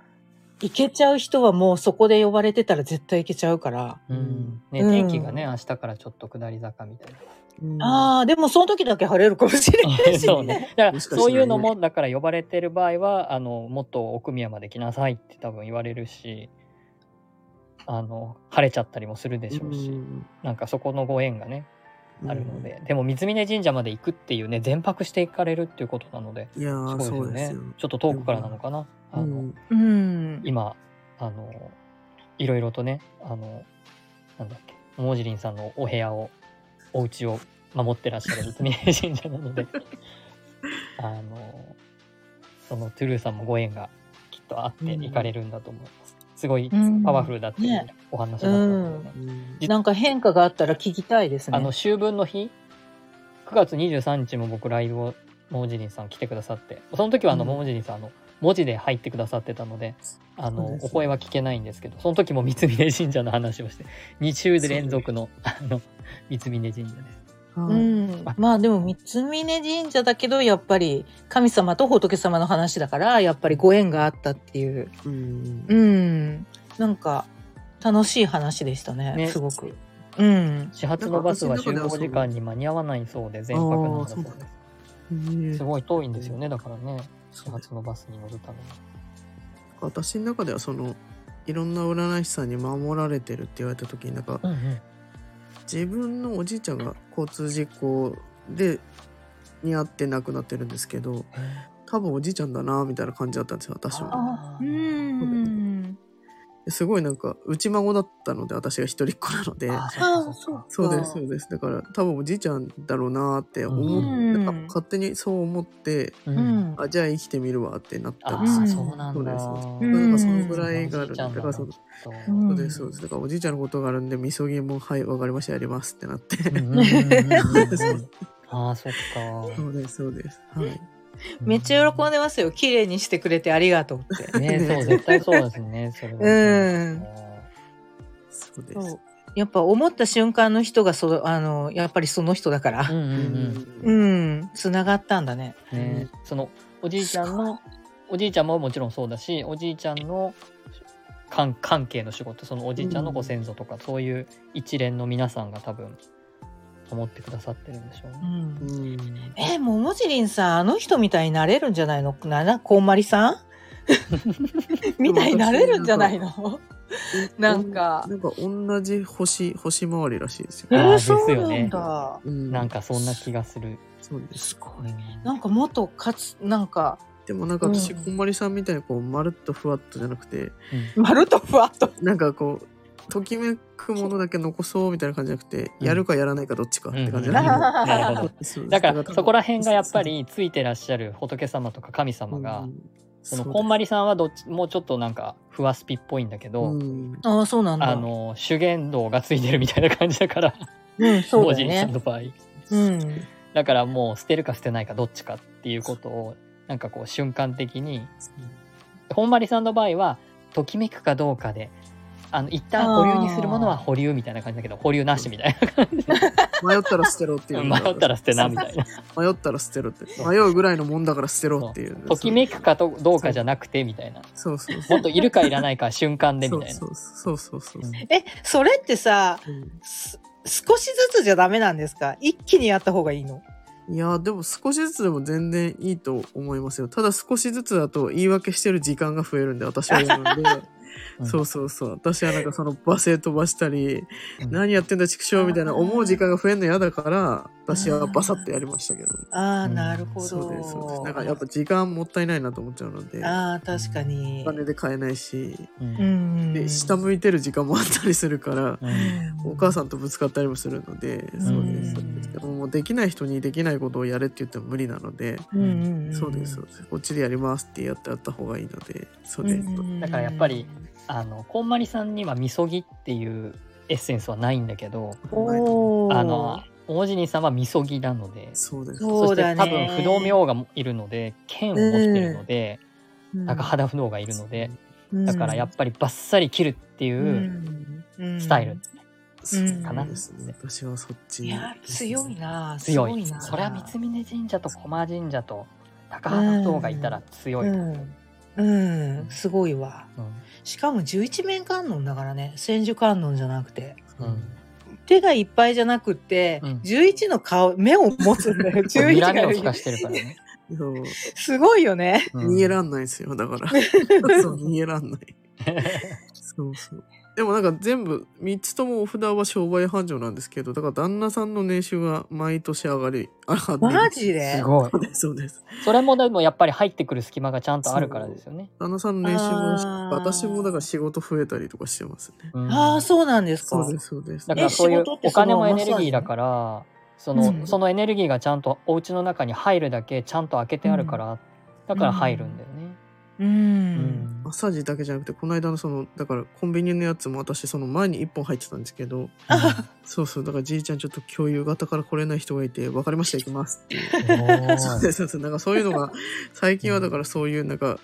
Speaker 3: 行けちゃう人はもうそこで呼ばれてたら絶対行けちゃうから。
Speaker 1: うんね、
Speaker 3: うん
Speaker 1: 天気がね、明日からちょっと下り坂み たいな。
Speaker 2: うん
Speaker 3: ああ、でもその時だけ晴れるかもしれな い。
Speaker 1: そうね。だか
Speaker 2: も
Speaker 1: ら
Speaker 2: しかしたらね
Speaker 1: そういうのもだから呼ばれてる場合はあのもっと奥宮まで来なさいって多分言われるし、あの晴れちゃったりもするでしょうし、
Speaker 2: ん
Speaker 1: なんかそこのご縁がねあるので、でも三峯神社まで行くっていうね全泊して行かれるっていうことなので、
Speaker 2: いや
Speaker 1: す
Speaker 2: ー
Speaker 1: ごいです
Speaker 2: そ
Speaker 1: よ
Speaker 2: うで
Speaker 1: ね
Speaker 2: すよ。
Speaker 1: ちょっと遠くからなのかな。あの、
Speaker 2: うん
Speaker 3: うん。
Speaker 1: 今あのいろいろとねあのなんだっけ桃尻さんのお部屋をお家を守ってらっしゃ る三峯神社なのであのそのトゥルーさんもご縁がきっとあって行かれるんだと思います、すごい
Speaker 3: うん
Speaker 1: パワフルだっていう
Speaker 3: ね
Speaker 1: お話だったのでね、
Speaker 2: うん
Speaker 3: なんか変化があったら聞きたいですね。
Speaker 1: あの秋分の日9月23日も僕ライブを桃尻さん来てくださってその時はあの
Speaker 2: うん
Speaker 1: 桃尻さんあの文字で入ってくださってたので、あ
Speaker 2: そう
Speaker 1: の
Speaker 2: です
Speaker 1: お声は聞けないんですけどその時も三峯神社の話をして2週で連続のあの三峯神社です。
Speaker 3: う
Speaker 2: はい
Speaker 3: ん、まあでも三峯神社だけどやっぱり神様と仏様の話だからやっぱりご縁があったっていう
Speaker 2: うん
Speaker 3: うん、なんか楽しい話でしたね、
Speaker 1: ね
Speaker 3: すごく。うん、
Speaker 1: 始発のバスは集合時間に間に合わないそうで全泊なんだそうで
Speaker 2: あーそう
Speaker 1: す。
Speaker 2: ね
Speaker 1: すごい遠いんですよねだからね始発のバスに乗るために。
Speaker 2: 私の中ではそのいろんな占い師さんに守られてるって言われた時になんか
Speaker 1: うんうん
Speaker 2: 自分のおじいちゃんが交通事故でにあって亡くなってるんですけど多分おじいちゃんだなみたいな感じだったんですよ私も
Speaker 1: あー
Speaker 3: ん、
Speaker 2: すごいなんか内孫だったので私が一人っ子なので
Speaker 1: あーそうか
Speaker 2: そうです
Speaker 3: そ
Speaker 2: そううですだから多分おじいちゃんだろうなって思っ
Speaker 3: うん
Speaker 2: なんか勝手にそう思って
Speaker 1: そうか。
Speaker 3: う
Speaker 1: うん
Speaker 3: ん、
Speaker 2: あじゃあ生きてみるわってなった
Speaker 1: あ
Speaker 2: んです
Speaker 1: あ、
Speaker 2: よ
Speaker 1: そうなんだ。
Speaker 2: そう
Speaker 3: ですうん
Speaker 2: なんかそのぐらいがあるだからその
Speaker 3: う
Speaker 2: そ
Speaker 3: ん
Speaker 2: うですそうですだからおじいちゃんのことがあるんでみそぎも「はいわかりましたやります」ってなって
Speaker 1: ああ、そっか。
Speaker 2: そうですそうですはい
Speaker 3: めっちゃ喜んでますよ。綺麗にしてくれてありがとうって。
Speaker 1: ね、そう、絶対そうですね。それは
Speaker 2: そうで
Speaker 3: そう
Speaker 2: す
Speaker 3: やっぱ思った瞬間の人がそあのやっぱりその人だから
Speaker 1: う、ん。うん
Speaker 2: う
Speaker 1: うん
Speaker 3: うんん、つながったんだね。
Speaker 1: うん。ね、その、おじいちゃんの、おじいちゃんももちろんそうだし、おじいちゃんの関関係の仕事、そのおじいちゃんのご先祖とか、そういう一連の皆さんが多分、思ってくださってるんでしょう
Speaker 3: う、
Speaker 1: ね。
Speaker 2: うんん
Speaker 3: えももじりんさんあの人みたいになれるんじゃないの？ななこんまり さんみたいになれるんじゃないの？なんか
Speaker 2: なんか同じ星星回りらしいですよ
Speaker 1: え
Speaker 2: ね
Speaker 1: ー
Speaker 3: そ
Speaker 1: です
Speaker 3: う
Speaker 1: よ
Speaker 3: な
Speaker 1: ね
Speaker 3: んだ。
Speaker 2: うん
Speaker 1: なんかそんな気がする。
Speaker 2: そうです
Speaker 3: すごいね。なんかもっとかつなんか
Speaker 2: でもなんか私
Speaker 3: うん
Speaker 2: こんまりさんみたいにこうまるっとふわっとじゃなくて
Speaker 3: まるっとふわっと。
Speaker 2: なんかこうときめくものだけ残そうみたいな感じじゃなくて
Speaker 1: うん
Speaker 2: やるかやらないかどっちかって感じ
Speaker 1: うん
Speaker 2: なんで
Speaker 1: なるほど。
Speaker 2: そうです
Speaker 1: だからそこら辺がやっぱりついてらっしゃる仏様とか神様が、
Speaker 2: うん
Speaker 1: そのこんまりさんはどっちもうちょっとなんかふわスピっぽいんだけど、
Speaker 2: うん
Speaker 3: ああそうなんだ。
Speaker 1: あの修験道がついてるみたいな感じだ から
Speaker 3: うんそう
Speaker 1: モ
Speaker 3: だ
Speaker 1: ジ
Speaker 3: よ
Speaker 1: リさん
Speaker 3: ね。
Speaker 1: の場合
Speaker 3: うん
Speaker 1: だからもう捨てるか捨てないかどっちかっていうことをなんかこう瞬間的に本丸さんの場合はときめくかどうかであの一旦保留にするものは保留みたいな感じだけど保留なしみたい
Speaker 2: 迷ったら捨てろってい
Speaker 1: な
Speaker 2: う
Speaker 1: 迷ったら捨てなみたいな
Speaker 2: 迷ったら捨てろって迷うぐらいのもんだから捨てろっていう
Speaker 1: ときめくかどうかじゃなくてみたいな
Speaker 2: そうそうそ
Speaker 1: も
Speaker 2: う
Speaker 1: っといるかいらないかは瞬間でみたいな
Speaker 2: そうそうそうそうそうそう
Speaker 3: えそれってさ
Speaker 2: うん
Speaker 3: す少しずつじゃダメなんですか？一気にやった方がいいの？
Speaker 2: いやーでも少しずつでも全然いいと思いますよただ少しずつだと言い訳してる時間が増えるんで私は思うんで、
Speaker 1: うん
Speaker 2: そうそうそう私はなんかその罵声飛ばしたり、
Speaker 1: うん
Speaker 2: 何やってんだ畜生みたいな思う時間が増えるの嫌だから私はバサッとやりましたけど、
Speaker 3: ああ、
Speaker 1: うん
Speaker 3: なるほど。
Speaker 2: そうですそうですなんかやっぱ時間もったいないなと思っちゃうので
Speaker 3: ああ、確かに
Speaker 2: お。金で買えないし、
Speaker 1: うん
Speaker 3: う。ん。
Speaker 2: で下向いてる時間もあったりするから、
Speaker 1: う
Speaker 3: うんん。
Speaker 2: お母さんとぶつかったりもするので、そうです
Speaker 3: う
Speaker 2: そ
Speaker 3: ん
Speaker 2: うですでももうできない人にできないことをやれって言っても無理なので、
Speaker 3: うんうんうん。
Speaker 2: そうですそうですこっちでやりますってやってやった方がいいのでそう
Speaker 3: うん
Speaker 2: です、
Speaker 3: うん。
Speaker 1: だからやっぱりあのこんまりさんには「みそぎ」っていうエッセンスはないんだけど
Speaker 3: おお。
Speaker 1: あの大じにさんは「みそぎ」なので
Speaker 2: そうです
Speaker 3: そう
Speaker 1: そして
Speaker 3: だね
Speaker 1: 多分不動明王がいるので剣を持ってるので、なんか肌不動がいるので、だからやっぱりバッサリ切るってい
Speaker 3: ぱ
Speaker 1: うスタイル、
Speaker 2: そう
Speaker 3: かな
Speaker 2: ですね私はそっち
Speaker 3: いや強いな
Speaker 1: 強い,、
Speaker 3: すごな
Speaker 1: そりゃ三峯神社と駒神社と高畑不動がいたら強い、
Speaker 3: うん、うん、すごいわ
Speaker 1: うん
Speaker 3: しかも十一面観音だからね千手観音じゃなくて
Speaker 1: うん
Speaker 3: 手がいっぱいじゃなくて、
Speaker 1: うん
Speaker 3: 十一の顔目を持つん だよ十一
Speaker 1: 睨
Speaker 3: が
Speaker 1: みを利かしてるからね、
Speaker 2: そう
Speaker 3: すごいよね
Speaker 1: うん
Speaker 2: 逃げらんないですよだから そう逃げらんないそうそうでもなんか全部3つともお札は商売繁盛なんですけどだから旦那さんの年収が毎年上がり上がってる
Speaker 3: マジです
Speaker 1: ごい
Speaker 2: そうですそうです
Speaker 1: それもでもやっぱり入ってくる隙間がちゃんとあるからですよね、
Speaker 2: 旦那さんの年収
Speaker 3: あ
Speaker 2: も
Speaker 3: ー
Speaker 2: 私もだから仕事増えたりとかしてますね
Speaker 1: うん
Speaker 3: ああそうなんですか
Speaker 2: そうですそうです
Speaker 1: だからそうい
Speaker 3: え仕
Speaker 1: う
Speaker 3: 事って
Speaker 1: お
Speaker 3: その
Speaker 1: 金もエネルギーだからその,、
Speaker 3: うん
Speaker 1: そのエネルギーがちゃんとお家の中に入るだけちゃんと開けてあるから、だから入るんだよね。
Speaker 3: う
Speaker 1: うんん
Speaker 2: マッサージだけじゃなくてこの間のそのだからコンビニのやつも私その前に1本入ってたんですけどそうそうだからじいちゃんちょっと共有型から来れない人がいて分かりました行き ますっていうそうですそうですなんかそういうのが最近はだからそういうなんか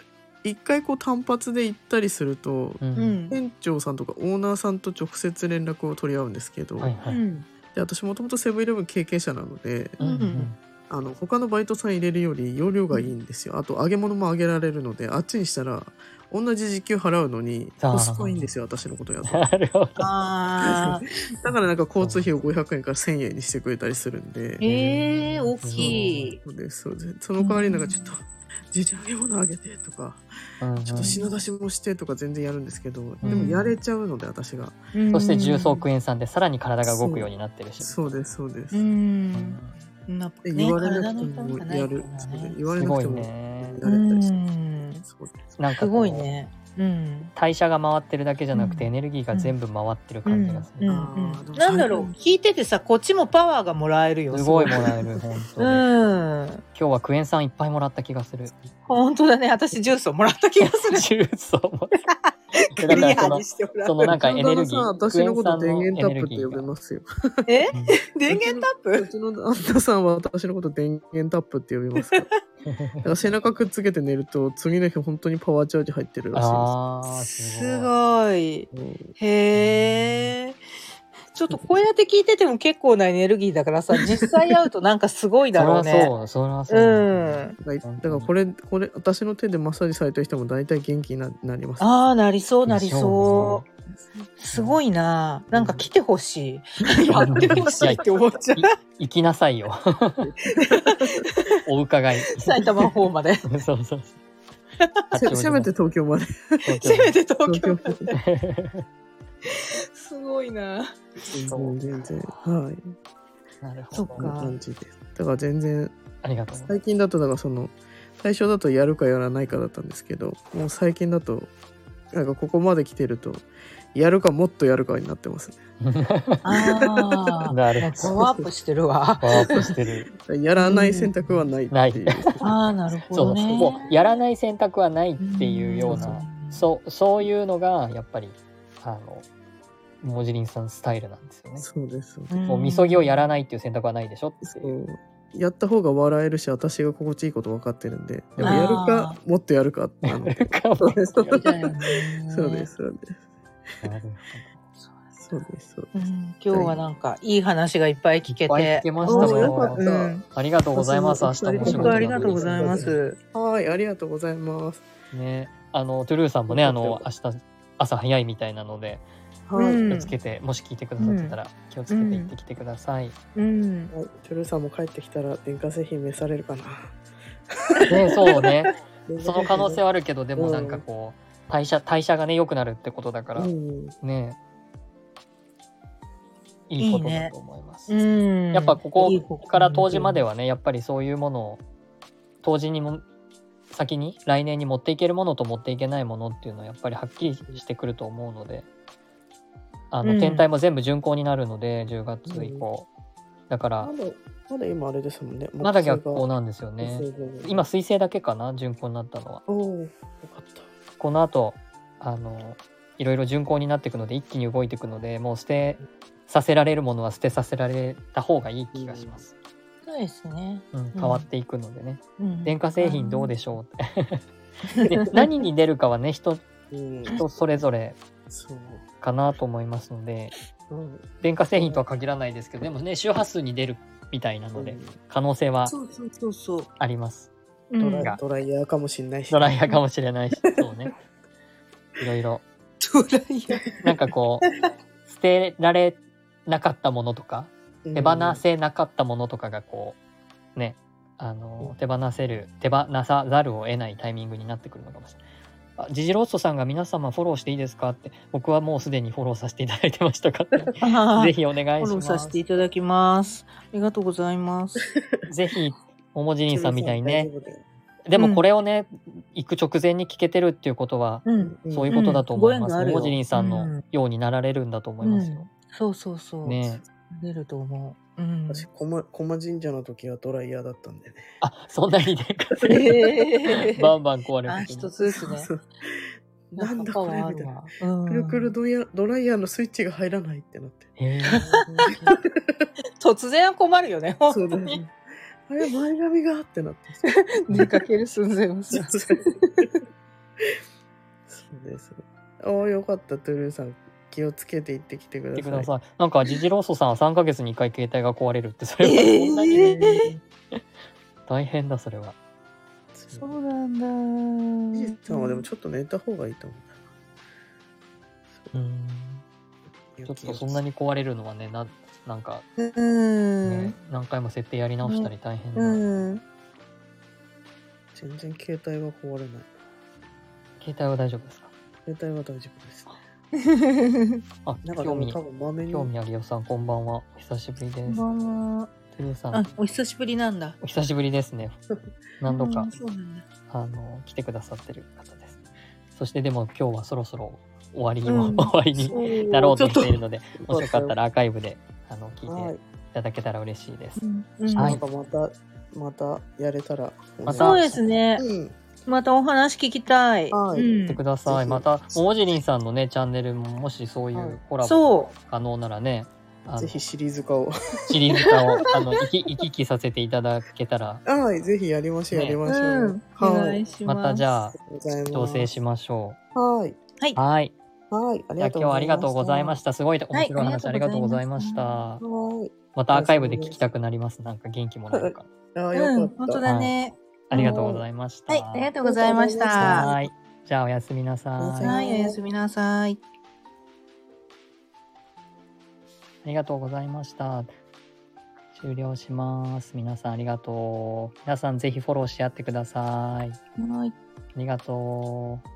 Speaker 2: 一回こう単発で行ったりすると
Speaker 1: う
Speaker 3: うんん
Speaker 2: 店長さんとかオーナーさんと直接連絡を取り合うんですけど、
Speaker 1: はいは
Speaker 3: う
Speaker 1: い
Speaker 3: ん
Speaker 2: で私もともとセブンイレブン経験者なので
Speaker 1: うん
Speaker 2: あの他のバイトさん入れるより容量がいいんですよあと揚げ物も揚げられるのであっちにしたら同じ時給払うのに
Speaker 1: あー
Speaker 2: コスパいいんですよ私のことやと
Speaker 1: なるほど。
Speaker 3: ああ
Speaker 2: だからなんか交通費を500円から1000円にしてくれたりするんで
Speaker 3: ええ大きい
Speaker 2: そうですそうですその代わりなんかちょっと「じいちゃん揚げ物あげて」とか
Speaker 1: うんうん
Speaker 2: 「ちょっと品出しもして」とか全然やるんですけど、
Speaker 1: うん
Speaker 2: でもやれちゃうので私が、
Speaker 1: そ
Speaker 3: そ
Speaker 1: して重曹クエン酸でさらに体が動くようになってるし。
Speaker 2: そうですそうです、
Speaker 3: う
Speaker 1: うんん
Speaker 3: やっぱ
Speaker 2: で
Speaker 3: ね
Speaker 2: 言われな
Speaker 3: 体
Speaker 2: く
Speaker 3: の
Speaker 2: て
Speaker 3: 痛みが
Speaker 2: も
Speaker 3: ない
Speaker 2: や
Speaker 3: から
Speaker 2: る、
Speaker 3: ね
Speaker 2: そうです言わ
Speaker 1: す
Speaker 2: れな
Speaker 1: ご
Speaker 2: く
Speaker 1: い
Speaker 2: ても
Speaker 1: ね。
Speaker 2: やれたりする、
Speaker 3: うん
Speaker 2: そうです
Speaker 1: なんか
Speaker 3: す
Speaker 1: こ
Speaker 3: ご
Speaker 1: う
Speaker 3: いね。うん。
Speaker 1: 代謝が回ってるだけじゃなくてエネルギーが全部回ってる感じがす
Speaker 3: うんう
Speaker 1: る。
Speaker 2: あ
Speaker 3: ん
Speaker 2: ー
Speaker 3: なんだろう聞いててさこっちもパワーがもらえるよ
Speaker 1: すごいもらえ る本当
Speaker 3: う
Speaker 1: に。今
Speaker 3: ん
Speaker 1: 日はクエン酸いっぱいもらった気がする。
Speaker 3: 本当だね私ジュースをもらった気が する
Speaker 1: 重曹も。だ
Speaker 3: ク
Speaker 1: か
Speaker 3: リ
Speaker 1: らそ
Speaker 3: ア
Speaker 1: の
Speaker 3: にしてもら
Speaker 1: その
Speaker 3: う
Speaker 1: なんかエネル
Speaker 2: 旦
Speaker 1: ギー。
Speaker 2: 那さん私のこと
Speaker 1: クエン
Speaker 2: 電
Speaker 1: 酸
Speaker 2: 源タップって
Speaker 1: エネル
Speaker 2: 呼べ
Speaker 1: ギーが
Speaker 2: ますよ
Speaker 3: え
Speaker 1: うん
Speaker 3: 電源タッ
Speaker 2: う
Speaker 3: プ
Speaker 2: ちの旦那さんは私のこと電源タップって呼び ますからだから背中くっつけて寝ると次の日本当にパワーチャージ入ってるらしいです
Speaker 1: ああ、
Speaker 3: す
Speaker 1: すごい。
Speaker 3: ごい
Speaker 2: うん
Speaker 3: へえちょっとこうやって聞いてても結構なエネルギーだから さ実際会うとなんかすごいだろう
Speaker 1: そりゃ
Speaker 3: ね
Speaker 1: そう、そりゃそうう。
Speaker 3: ん
Speaker 2: だからだからこれこれ私の手でマッサージされた人も大体元気にななります
Speaker 3: ああなりそうなり
Speaker 1: でしょ
Speaker 3: そうすごいななんか来てほしいやってほしいって思っちゃう
Speaker 1: 行きなさいよ。お伺い。
Speaker 3: 埼玉の方ま で。
Speaker 1: そうそうそう。
Speaker 2: せせめて東京まで
Speaker 1: 東京
Speaker 3: せめて東
Speaker 2: 東京
Speaker 3: 京ま
Speaker 2: まで
Speaker 3: ですごいな。
Speaker 1: そう
Speaker 2: 全然はい
Speaker 1: なるほ
Speaker 3: そ
Speaker 1: ど。
Speaker 3: っ
Speaker 2: こんな
Speaker 3: か
Speaker 2: 感じですだから全然
Speaker 1: ありがとうござい
Speaker 2: 最近だとだからその最初だとやるかやらないかだったんですけどもう最近だとなんかここまで来てるとやるかもっとやるかになってますね
Speaker 3: あ
Speaker 1: ます。
Speaker 3: あ。
Speaker 1: なる
Speaker 3: パ
Speaker 1: ほど。
Speaker 3: ワーアップしてるわ。
Speaker 1: パワーアップしてる。
Speaker 2: だからやらない選択はないっていう、
Speaker 1: な
Speaker 3: ああ、なる ほ
Speaker 1: そ
Speaker 3: ど
Speaker 1: う、
Speaker 3: ね。、
Speaker 1: もうやらない選択はないっていうよう
Speaker 2: う
Speaker 1: なんそう、そういうのがやっぱりあのモジリンさんスタイルなんですよね。
Speaker 2: そうですそうです
Speaker 3: ん
Speaker 1: もうみそぎをやらないっていう選択はないでしょっていう。
Speaker 2: そうやった方が笑えるし私が心地いいこと分かってるんででも
Speaker 1: あー
Speaker 2: やるかもっとやるかなのでそうですそう
Speaker 3: だ
Speaker 2: で
Speaker 3: よ ね
Speaker 2: すそうで。すそうです
Speaker 1: なるほど
Speaker 2: そうですそう
Speaker 3: う
Speaker 2: です
Speaker 3: ん今日はなんかいい話がいっぱい聞
Speaker 1: い
Speaker 3: け
Speaker 1: っぱい聞
Speaker 3: て。
Speaker 1: けまし
Speaker 2: そ
Speaker 1: た
Speaker 2: う
Speaker 1: も
Speaker 2: ですおーよ
Speaker 1: ん
Speaker 2: かった、
Speaker 3: うん
Speaker 1: ありがとうございます。明日もお仕
Speaker 3: 本
Speaker 1: 事
Speaker 3: 当
Speaker 1: が
Speaker 3: ありがとうございます。
Speaker 2: はいありがとうございます
Speaker 1: ね、あのトゥルーさんもね、あの
Speaker 2: よか
Speaker 1: 明日朝早いみたいなので、
Speaker 2: はい、
Speaker 3: うん
Speaker 1: 気をつけて、もし聞いてくださってたら気をつけて行ってきてください。
Speaker 3: うん。
Speaker 2: はいチョルさんも帰ってきたら電化製品召されるかな
Speaker 1: ね、そう ね。その可能性
Speaker 2: は
Speaker 1: はあるけど、でもなんかこう、代謝、代謝がね、良くなるってことだから
Speaker 2: う、ん、
Speaker 1: ね。いいことだと思います。
Speaker 3: うん。
Speaker 1: やっぱこ
Speaker 3: いい
Speaker 1: こから冬至まではね、やっぱりそういうものを、冬至にも、先に来年に持っていけるものと持っていけないものっていうのはやっぱりはっきりしてくると思うので、あ
Speaker 3: う
Speaker 1: の、
Speaker 3: ん
Speaker 1: 天体も全部巡行になるので、10月以降。だから
Speaker 2: ま、だまだ今あれですもんね
Speaker 1: まだ逆行
Speaker 2: な
Speaker 1: なんですよね。今、彗星だけかな、巡行になったのは。
Speaker 2: おおよかった
Speaker 1: この後あのいろいろ巡行になっていくので一気に動いていくのでもう捨てさせられるものは捨てさせられた方がいい気がします、
Speaker 3: そうですね。
Speaker 1: うん、変わっていくのでね、
Speaker 3: うん
Speaker 1: 電化製品どうでしょうってで何に出るかはね人
Speaker 2: うん
Speaker 1: 人それぞれ
Speaker 2: そう、
Speaker 1: かなと思いますので
Speaker 2: うん、
Speaker 1: 電化製品とは限らないですけどでもね周波数に出るみたいなので可能性は
Speaker 3: そうそうそうそう。
Speaker 1: あります
Speaker 3: う
Speaker 2: ド
Speaker 3: ん
Speaker 2: ライ
Speaker 1: が
Speaker 2: ドライヤーかもしれないし
Speaker 1: ドライヤーかもしれないしそうねいろいろ
Speaker 3: ドライヤー。
Speaker 1: なんかこう捨てられなかったものとか手放せなかったものとかがこうねあ
Speaker 2: う
Speaker 1: の
Speaker 2: ん
Speaker 1: 手放せる手放さざるを得ないタイミングになってくるのかもしれない。あジジロッソさんが皆様フォローしていいですかって僕はもうすでにフォローさせていただいてましたから、 ぜひお願い
Speaker 3: フォ
Speaker 1: し
Speaker 3: ロー
Speaker 1: ま
Speaker 3: さ
Speaker 1: す
Speaker 3: せて。いただきます。ありがとうございます。
Speaker 1: ぜひおもじ
Speaker 2: うん
Speaker 1: りんさんみたいにね
Speaker 2: 大丈夫だよ
Speaker 1: でもこれをね、行く直前に聞けてるっていうことは、
Speaker 3: うん。
Speaker 2: うん
Speaker 1: そういうことだと思い
Speaker 3: うん
Speaker 1: ま
Speaker 3: ご縁
Speaker 1: す、
Speaker 3: がある
Speaker 1: お
Speaker 3: よ
Speaker 1: もじりんさん
Speaker 3: う
Speaker 1: の
Speaker 3: ん
Speaker 1: ようになられるんだと思いますよ、
Speaker 3: そうそうそう。
Speaker 1: ねえ
Speaker 3: 出ると思う。うん。
Speaker 2: 私駒駒神社の時はドライヤーだったんでね
Speaker 1: あそんな にでかくて
Speaker 3: ええ
Speaker 1: バンバン壊れ
Speaker 3: あ、
Speaker 1: て
Speaker 3: 一つずつね。
Speaker 2: そうなんだこれみたいな。
Speaker 3: うん
Speaker 2: くるくるドヤドライヤーのスイッチが入らないってな って
Speaker 1: へえ
Speaker 3: 突然は困るよね。本
Speaker 2: そう
Speaker 3: 当
Speaker 2: だ
Speaker 3: に。
Speaker 2: ねあれ前髪がってなって
Speaker 3: 出かける寸前も
Speaker 2: そ
Speaker 3: さ
Speaker 2: う。ですああよかったトゥルーさん気をつけて行ってきてくだ
Speaker 1: っ
Speaker 2: さ
Speaker 1: て
Speaker 2: い
Speaker 1: ください。なんか、ジジローソさんは3ヶ月に1回携帯が壊れるって、それは
Speaker 3: え
Speaker 1: そんなにね、
Speaker 3: え
Speaker 1: 大変だ、それは。
Speaker 2: そ
Speaker 3: そううなん
Speaker 2: じい
Speaker 3: だ。
Speaker 2: さんはでもちょっと寝た方がいいと思
Speaker 1: うん。
Speaker 2: う
Speaker 1: ちょっとそんな
Speaker 2: に
Speaker 1: に壊れるのはね、ななんか、
Speaker 3: うん。
Speaker 1: ね、何回も設定やり直したり大変だ、
Speaker 3: うん。
Speaker 2: 全然携帯は壊れない
Speaker 1: 携帯は大丈夫ですか
Speaker 2: 携帯は大丈夫です
Speaker 1: あ、
Speaker 2: なんかで
Speaker 1: 興
Speaker 2: も
Speaker 1: 味
Speaker 2: 多、分まめに
Speaker 1: 興味ありよさん、こんばんは。お久しぶりです。
Speaker 3: こんばんは
Speaker 1: てるさ
Speaker 3: あ
Speaker 1: ん、、
Speaker 3: お久しぶりなんだ。
Speaker 1: お久しぶりですね。何度
Speaker 3: う
Speaker 1: か
Speaker 3: ん、そうなんだ。
Speaker 1: あの、来てくださってる方です。そしてでも今日はそろそろ終わりに
Speaker 3: う
Speaker 1: も、
Speaker 3: ん
Speaker 1: 終わりに
Speaker 2: に
Speaker 1: なろうとしているので、もしよかった
Speaker 2: ら
Speaker 1: らアーカイブで、あの、聞いて
Speaker 2: はい
Speaker 1: いただけたら嬉しいです
Speaker 3: う。ん
Speaker 1: は
Speaker 2: ないんかまたまたやれたら
Speaker 1: また
Speaker 3: そうですね。
Speaker 2: うん
Speaker 3: またお話聞きたい。
Speaker 2: はい
Speaker 1: やって
Speaker 3: う
Speaker 1: ください。
Speaker 2: ぜひ
Speaker 1: また、もじりんさんのね、チャンネルも、もしそうい
Speaker 2: は
Speaker 1: う
Speaker 2: い
Speaker 1: コ
Speaker 3: ん。
Speaker 1: ラボ
Speaker 3: そ
Speaker 1: 可能ならね、あ
Speaker 2: ぜ
Speaker 1: の
Speaker 2: ひシリーズ化を
Speaker 1: シリーズ化を、あの、行き、行き来させていただけたら、
Speaker 2: はいぜひやりましょう
Speaker 1: ね
Speaker 2: やり
Speaker 3: う。
Speaker 2: ましょう、
Speaker 3: うん。お
Speaker 2: はい
Speaker 3: 願いしま。
Speaker 1: ますたじゃあ、調
Speaker 2: 調
Speaker 1: 整しましょ
Speaker 2: はい。
Speaker 1: う。はい。
Speaker 2: はい。はい。あ
Speaker 1: じゃあ今日はありがとうございました。すごい面白い話、
Speaker 3: はい
Speaker 1: ありがとうございました。
Speaker 3: あ
Speaker 2: た。はい。
Speaker 1: またアーカイブで聞きたくなります。なんか元気もらえるから。
Speaker 2: あー、
Speaker 3: う
Speaker 2: よ
Speaker 3: ん、
Speaker 2: か
Speaker 3: 本
Speaker 2: った。
Speaker 3: 当だね。
Speaker 1: ありがとうございました。
Speaker 3: はい、ありが
Speaker 1: と
Speaker 3: とうございまし
Speaker 2: あ
Speaker 3: た。
Speaker 1: はい。じゃあおやすみなさ
Speaker 2: おやす
Speaker 1: い。
Speaker 2: みな
Speaker 1: あ
Speaker 2: さ
Speaker 3: はい、おやすみなさい。
Speaker 1: りがとうございました。終了します。皆さんありがとう。皆さんぜひフォローし合ってください。
Speaker 3: はい。
Speaker 1: ありがとう。